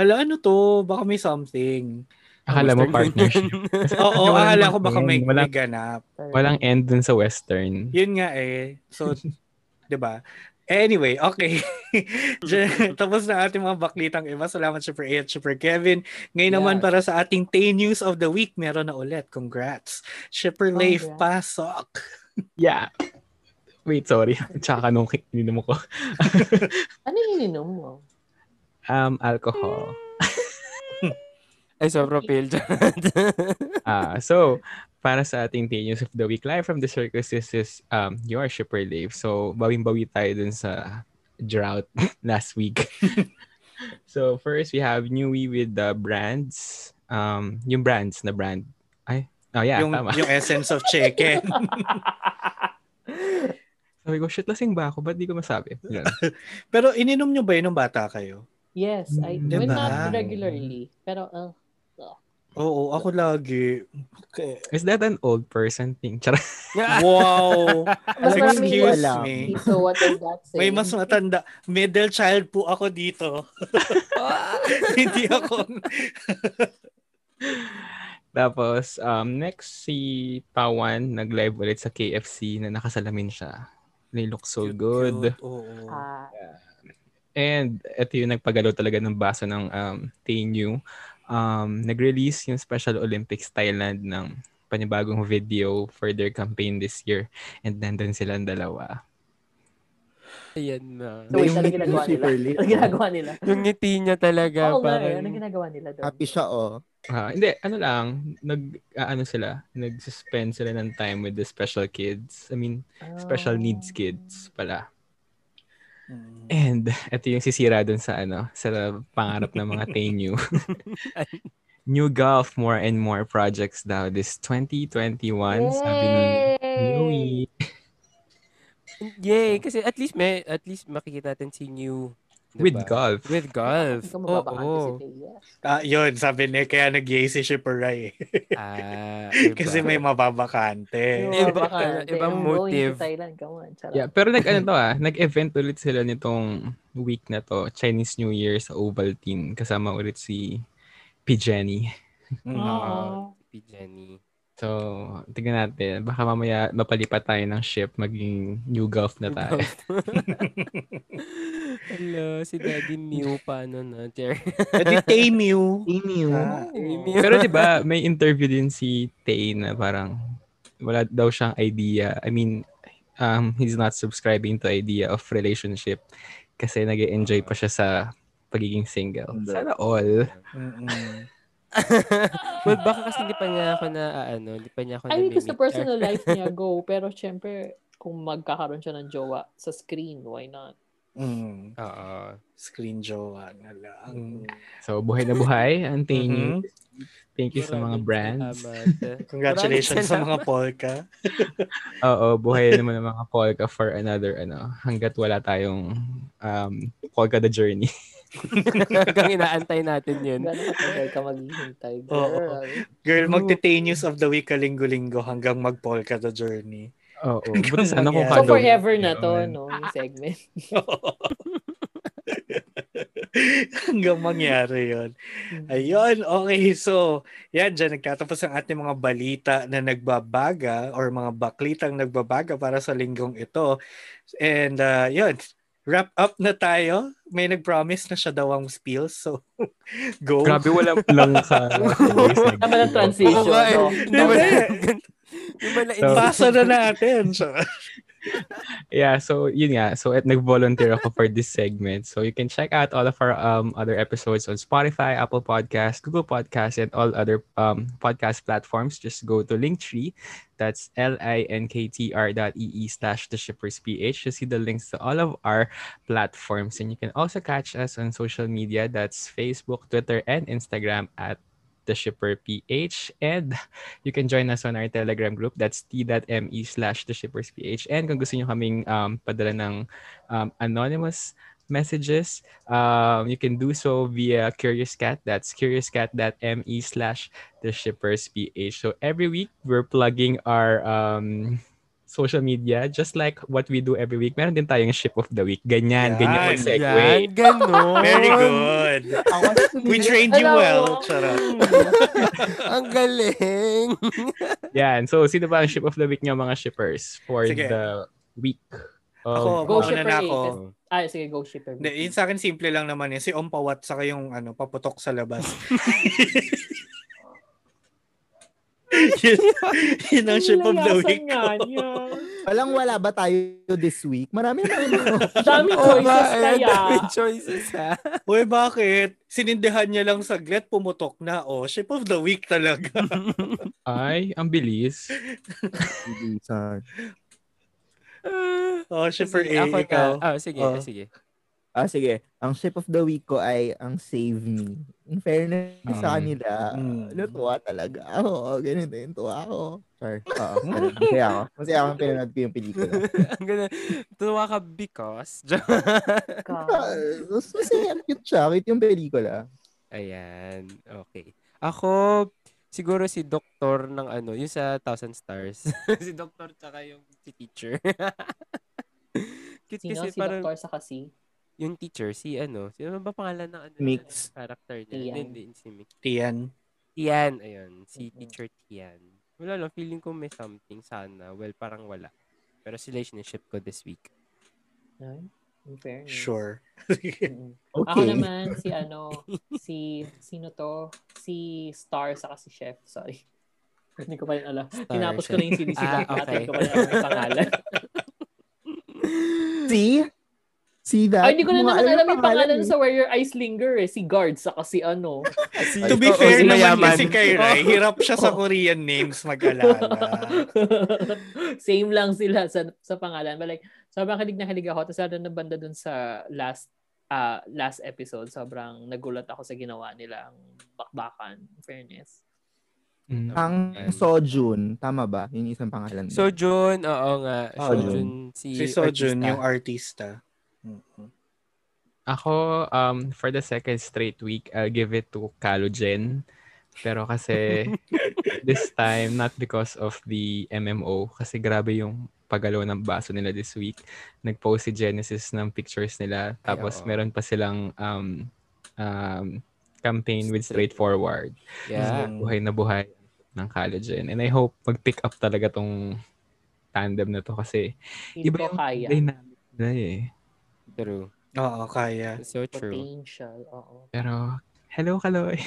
S5: hala, ano to? Baka may something.
S4: Akala mo
S3: Western
S4: partnership.
S3: Union.
S5: Oo,
S4: Walang
S5: akala ko baka
S4: background,
S5: may, may
S4: walang-
S5: ganap.
S4: Walang end dun sa Western.
S5: Yun nga eh. So, 'di ba? Anyway, okay. Diyan- Tapos na ating mga baklitang iba. Salamat Super A at Super Kevin. Ngayon naman
S3: Yeah.
S5: para sa ating Tay News of the Week, meron na ulit. Congrats. Super Leif,
S2: Congrats.
S5: pasok.
S4: Yeah. Wait, sorry. Tsaka nung ininom ko.
S2: Ano yung ininom mo?
S4: Um, alcohol.
S3: Ay, sobrang fail dyan.
S4: Ah, so, para sa ating Day News of the Week live from the circus, this is um, your shipper Dave. So, bawing-bawi tayo dun sa drought last week. so, first we have Newy with the brands. Um, yung brands na brand. Ay, oh yeah,
S5: yung,
S4: tama.
S5: yung essence of chicken.
S4: Sabi ko, shit, lasing ba ako? Ba't di ko masabi? Yun.
S5: Pero ininom nyo ba yun nung bata kayo?
S2: Yes, I
S5: Mm,
S4: Diba?
S2: well, not regularly. Pero, uh,
S5: Oo, ako lagi. Okay.
S4: Is that an old person thing? Charot.
S5: Wow!
S2: mas maraming
S5: Excuse
S6: wala.
S5: me.
S2: So, what does that say?
S5: May mas matanda. Middle child po ako dito. Hindi ako.
S4: Tapos, um, next si Pawan, nag-live ulit sa KFC na nakasalamin siya. They look so good.
S5: Cute, Oo.
S2: Ah,
S4: And ito yung nagpagalaw talaga ng baso ng um, Tainu. Um, nag-release yung Special Olympics Thailand ng panibagong video for their campaign this year. And nandun silang dalawa.
S3: Ayan na.
S2: so, wait,
S6: Yung
S2: ano ginagawa nila?
S6: super late.
S2: Ano ginagawa nila?
S3: Yung ngiti niya talaga.
S2: Oo nga, eh.
S3: parang,
S2: Ano ginagawa nila doon?
S6: Happy siya, oh.
S4: Ah, hindi, ano lang, nag, ah, ano sila, nag-suspend sila ng time with the special kids. I mean, special
S2: Ah.
S4: needs
S5: Oh.
S4: kids pala. And ito yung sisira dun sa ano, sa pangarap ng mga Tainu. New Gulf more and more projects daw this 2021 sabi ni Nui.
S2: Yay!
S3: Yay! Kasi at least may, at least makikita natin si New. diba?
S4: with golf.
S3: With golf.
S2: Ikaw
S3: Oo.
S2: mababakante si Thea.
S5: Ah, yun, sabi niya, kaya nag-yay si Shipper Rai.
S3: Ah,
S5: Kasi may mababakante.
S3: Iba-
S2: Mababakante.
S3: ibang
S2: I'm going to
S3: motive.
S2: Thailand, come on. Charot.
S4: Yeah, pero nag ano to ah, nag-event ulit sila nitong week na to, Chinese New Year sa Ovaltine kasama ulit si P. Jenny.
S5: Mm.
S2: Oo.
S3: Si Jenny.
S4: So, tignan natin. Baka mamaya mapalipat tayo ng ship maging New Gulf na tayo.
S3: Hello, si Daddy Mew paano na, Jer?
S5: Edi tame you. Ah,
S6: Emu.
S3: Mew.
S4: Pero 'di ba, may interview din si Tay na parang wala daw siyang idea. I mean, um he's not subscribing to idea of relationship kasi nag enjoy pa siya sa pagiging single.
S6: Hindi.
S4: Sana all.
S5: Mm-mm.
S3: Well, baka kasi hindi pa niya ako na, ah, ano, hindi pa niya
S2: I
S3: ako
S2: mean,
S3: na-meet.
S2: kung sa personal life niya, go. Pero, syempre, kung magkakaroon siya ng jowa sa screen, why not?
S5: Mm.
S3: Oo.
S5: Screen jowa na lang. Mm-hmm.
S4: So, buhay na buhay ang Tay niyo. Thank you sa mga
S3: Maraming
S4: brands.
S3: salamat.
S5: Congratulations sa
S3: Maraming
S5: mga polka.
S4: Oo, buhay naman ang mga polka for another ano hanggat wala tayong um polka the journey.
S3: Hanggang inaantay natin yun.
S2: Gano'n katagal ka maghihintay,
S5: Oo.
S2: girl.
S5: Girl, magte news of the week ka linggo-linggo hanggang mag-polka the journey.
S4: Oo, buti sana kung
S5: So,
S2: So,
S4: kadong-
S2: forever na to,
S4: Ayun.
S2: no? Yung segment.
S5: hanggang mangyari yon. Ayun, okay. So, yan, dyan nagtatapos ang ating mga balita na nagbabaga or mga baklitang nagbabaga para sa linggong ito. And uh, yun, wrap up na tayo. May nag-promise na siya daw ang spiel. So, go.
S4: Grabe, walang lang sa...
S2: Tama ng transition,
S3: Oo nga eh.
S2: no?
S3: Hindi ba
S5: Diba?
S3: na- Hindi ba na-
S4: So-
S5: Pasa na natin. So,
S4: Yeah, so yun nga. So at nag-volunteer ako for this segment. So you can check out all of our um other episodes on Spotify, Apple Podcasts, Google Podcasts, and all other um podcast platforms. Just go to Linktree. That's L-I-N-K-T-R dot E-E slash The Shippers PH to see the links to all of our platforms. And you can also catch us on social media. That's Facebook, Twitter, and Instagram at The Shipper PH. And you can join us on our Telegram group. That's t.me e slash theshippersph. And kung gusto nyo kaming um, padala ng um, anonymous messages, um, you can do so via Curious Cat. That's curiouscat.me slash theshippersph. So every week, we're plugging our um, social media just like what we do every week. Meron din tayong ship of the week. Ganyan,
S5: Yan,
S4: ganyan ang segue.
S3: Yan, ganon.
S5: very good. We trained you
S2: Alam mo. mm,
S5: well. Charot.
S3: Ang galing.
S4: Yan. So sino ba ang ship of the week nyo mga shippers for
S5: Sige.
S4: the week? Of,
S5: Ako,
S2: Go
S5: Mauna
S2: shipper
S5: na
S2: A.
S5: ako.
S2: Kasi- Ah, sige, go shipper B.
S5: Hindi, yun sa akin simple lang naman yun. Si Ompawat saka yung ano, paputok sa labas. yun, yun ang ship of the
S2: Lalasan
S5: week ko.
S2: nga niya.
S6: Walang wala ba tayo this week? Marami na ano.
S2: Daming
S3: Oo
S2: choices
S3: nga, eh,
S2: kaya.
S3: daming choices ha.
S5: Uy, bakit? Sinindihan niya lang saglit, pumutok na. O, oh, ship of the week talaga.
S4: Ay, ang bilis.
S6: Sorry.
S5: O, oh, shipper
S3: Sige,
S5: A,
S3: ako na.
S5: ikaw.
S3: Ah, sige,
S5: Oh.
S3: sige.
S6: ah, sige. Ang ship of the week ko ay ang Save Me. In fairness
S4: Um,
S6: sa kanila,
S5: mm.
S6: natuwa talaga ako. Ganito yung tuwa ako. Sorry. Oo, ano, masaya ako. Masaya ako nung pinanood ko yung pelikula.
S3: Ang ganda. Tuwa ka because...
S6: Ah, mas masaya. Cute siya. Cute yung pelikula.
S3: Ayan. Okay. Ako, siguro si Doktor ng ano, yung sa Thousand Stars. si Doktor tsaka yung si Teacher. Cute
S2: Sino
S3: kasi
S2: si
S3: parang
S2: Dr. sa kasi?
S3: yung teacher, si ano, sino ba pangalan ng ano?
S6: Mix.
S3: ng Character niya.
S2: Tian.
S3: Hindi, hindi, si Mix.
S5: Tian.
S3: Tian, ayun. Si
S2: Mhm.
S3: Teacher Tian. Wala lang, feeling ko may something sana. Well, parang wala. Pero sila yung siniship ko this week.
S2: Ay, in fairness. Mm.
S5: Sure.
S2: Mm-mm. Ako
S6: Okay.
S2: naman, si ano, si, sino to? Si Star sa kasi Chef, sorry. Hindi ko pa rin alam. Tinapos ko
S3: Chef.
S2: na yung CDC
S3: Ah,
S2: ah, Hindi ko
S3: okay.
S2: pa rin alam yung pangalan.
S6: See? See that?
S2: Ay, hindi ko na
S6: Mga
S2: naman alam yung pangalan
S6: eh.
S2: sa Where Your Eyes Linger eh. Si Guard sa kasi ano.
S3: Si,
S5: to be
S3: oo, si
S5: fair naman
S3: Mayaman.
S5: kasi kay Rai, hirap siya sa Korean names mag-alala.
S2: Same lang sila sa, sa pangalan. But like, sobrang kilig na kilig ako. Tapos lalo na banda dun sa last ah, last episode, sobrang nagulat ako sa ginawa nilang bakbakan. in Fairness.
S4: Mm.
S6: Ang Sojun. Tama ba? Yun yung isang pangalan. niya.
S3: Sojun, oo nga.
S5: Mm. Sojun.
S3: Sojun, si,
S5: si Sojun,
S3: artista.
S5: yung artista. Mhm.
S4: Ako, um, for the second straight week, I'll give it to Calogen. Pero kasi this time, not because of the MMO, kasi grabe yung pagalaw ng baso nila this week. Nag-post si Genesis ng pictures nila. Tapos
S3: oo.
S4: meron pa silang um, um, campaign with Straightforward.
S3: Yeah.
S4: Buhay na buhay ng Calogen. And I hope mag-pick up talaga tong tandem na to kasi
S2: Hindi
S4: iba
S2: ko
S4: yung
S2: kaya.
S4: dynamic nila eh.
S3: True.
S5: Oo, kaya.
S3: So true.
S2: Potential, oo.
S4: Pero, hello, Kaloy.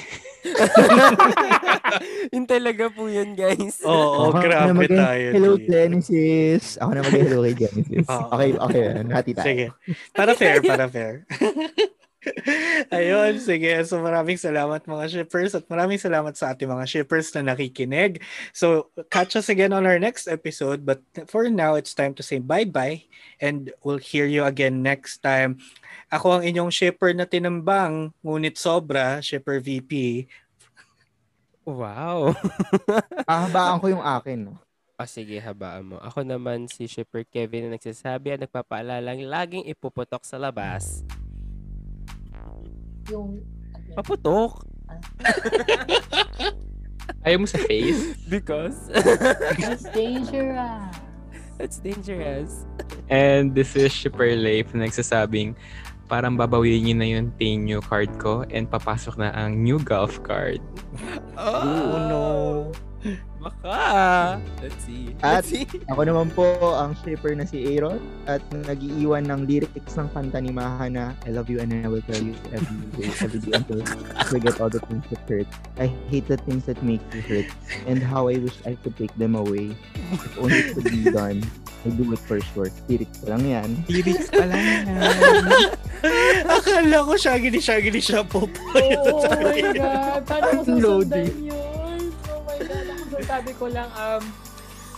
S3: yun talaga po yun, guys.
S5: Oo,
S6: Ako na
S5: grabe
S6: mag-
S5: tayo.
S6: Hello,
S5: dito.
S6: Genesis. Ako na mag-hello kay Genesis.
S5: Oo.
S6: okay, okay. Nati tayo.
S5: Sige. Para fair, para fair. Ayun, sige. So maraming salamat mga shippers at maraming salamat sa ating mga shippers na nakikinig. So catch us again on our next episode but for now it's time to say bye-bye and we'll hear you again next time. Ako ang inyong shipper na tinambang ngunit sobra, shipper VP.
S3: Wow.
S6: Ahabaan ko yung akin. no?
S3: O Ah, sige, habaan mo. Ako naman si Shipper Kevin na nagsasabi at nagpapaalalang laging ipuputok sa labas.
S2: Yung,
S3: Paputok?
S4: Ayaw mo sa face?
S3: Because
S2: it's dangerous.
S3: it's dangerous.
S4: And this is Shipper Leif na nagsasabing, parang babawiin niyo na yung team new card ko and papasok na ang new golf card.
S3: Oh,
S5: Oh no.
S3: Baka. Let's see.
S6: At-
S3: Let's see.
S6: Ako naman po ang shipper na si Aaron at nagiiwan ng lyrics ng kanta ni Mahana, I love you and I will tell you every day, every day until I forget all the things that hurt. I hate the things that make you hurt and how I wish I could take them away. If only it could be done, I do it for sure. Lyrics pa lang yan.
S4: Lyrics pala
S5: Akala ko siya gini siya gini siya po.
S2: Oh, my God. Paano ko
S6: Loading.
S2: susundan yun? Oh my God. Ako so sabi ko lang, um,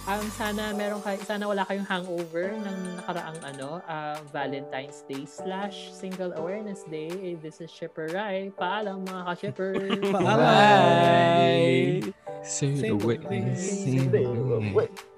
S2: um, sana meron kayo, sana wala kayong hangover ng nakaraang ano, ah, Valentine's Day slash Single Awareness Day. This is Shipper Rai. Paalam mga ka-shipper.
S5: Paalam.
S3: Bye.
S4: Say the
S5: Say the
S4: way.
S5: way.
S4: Say the way.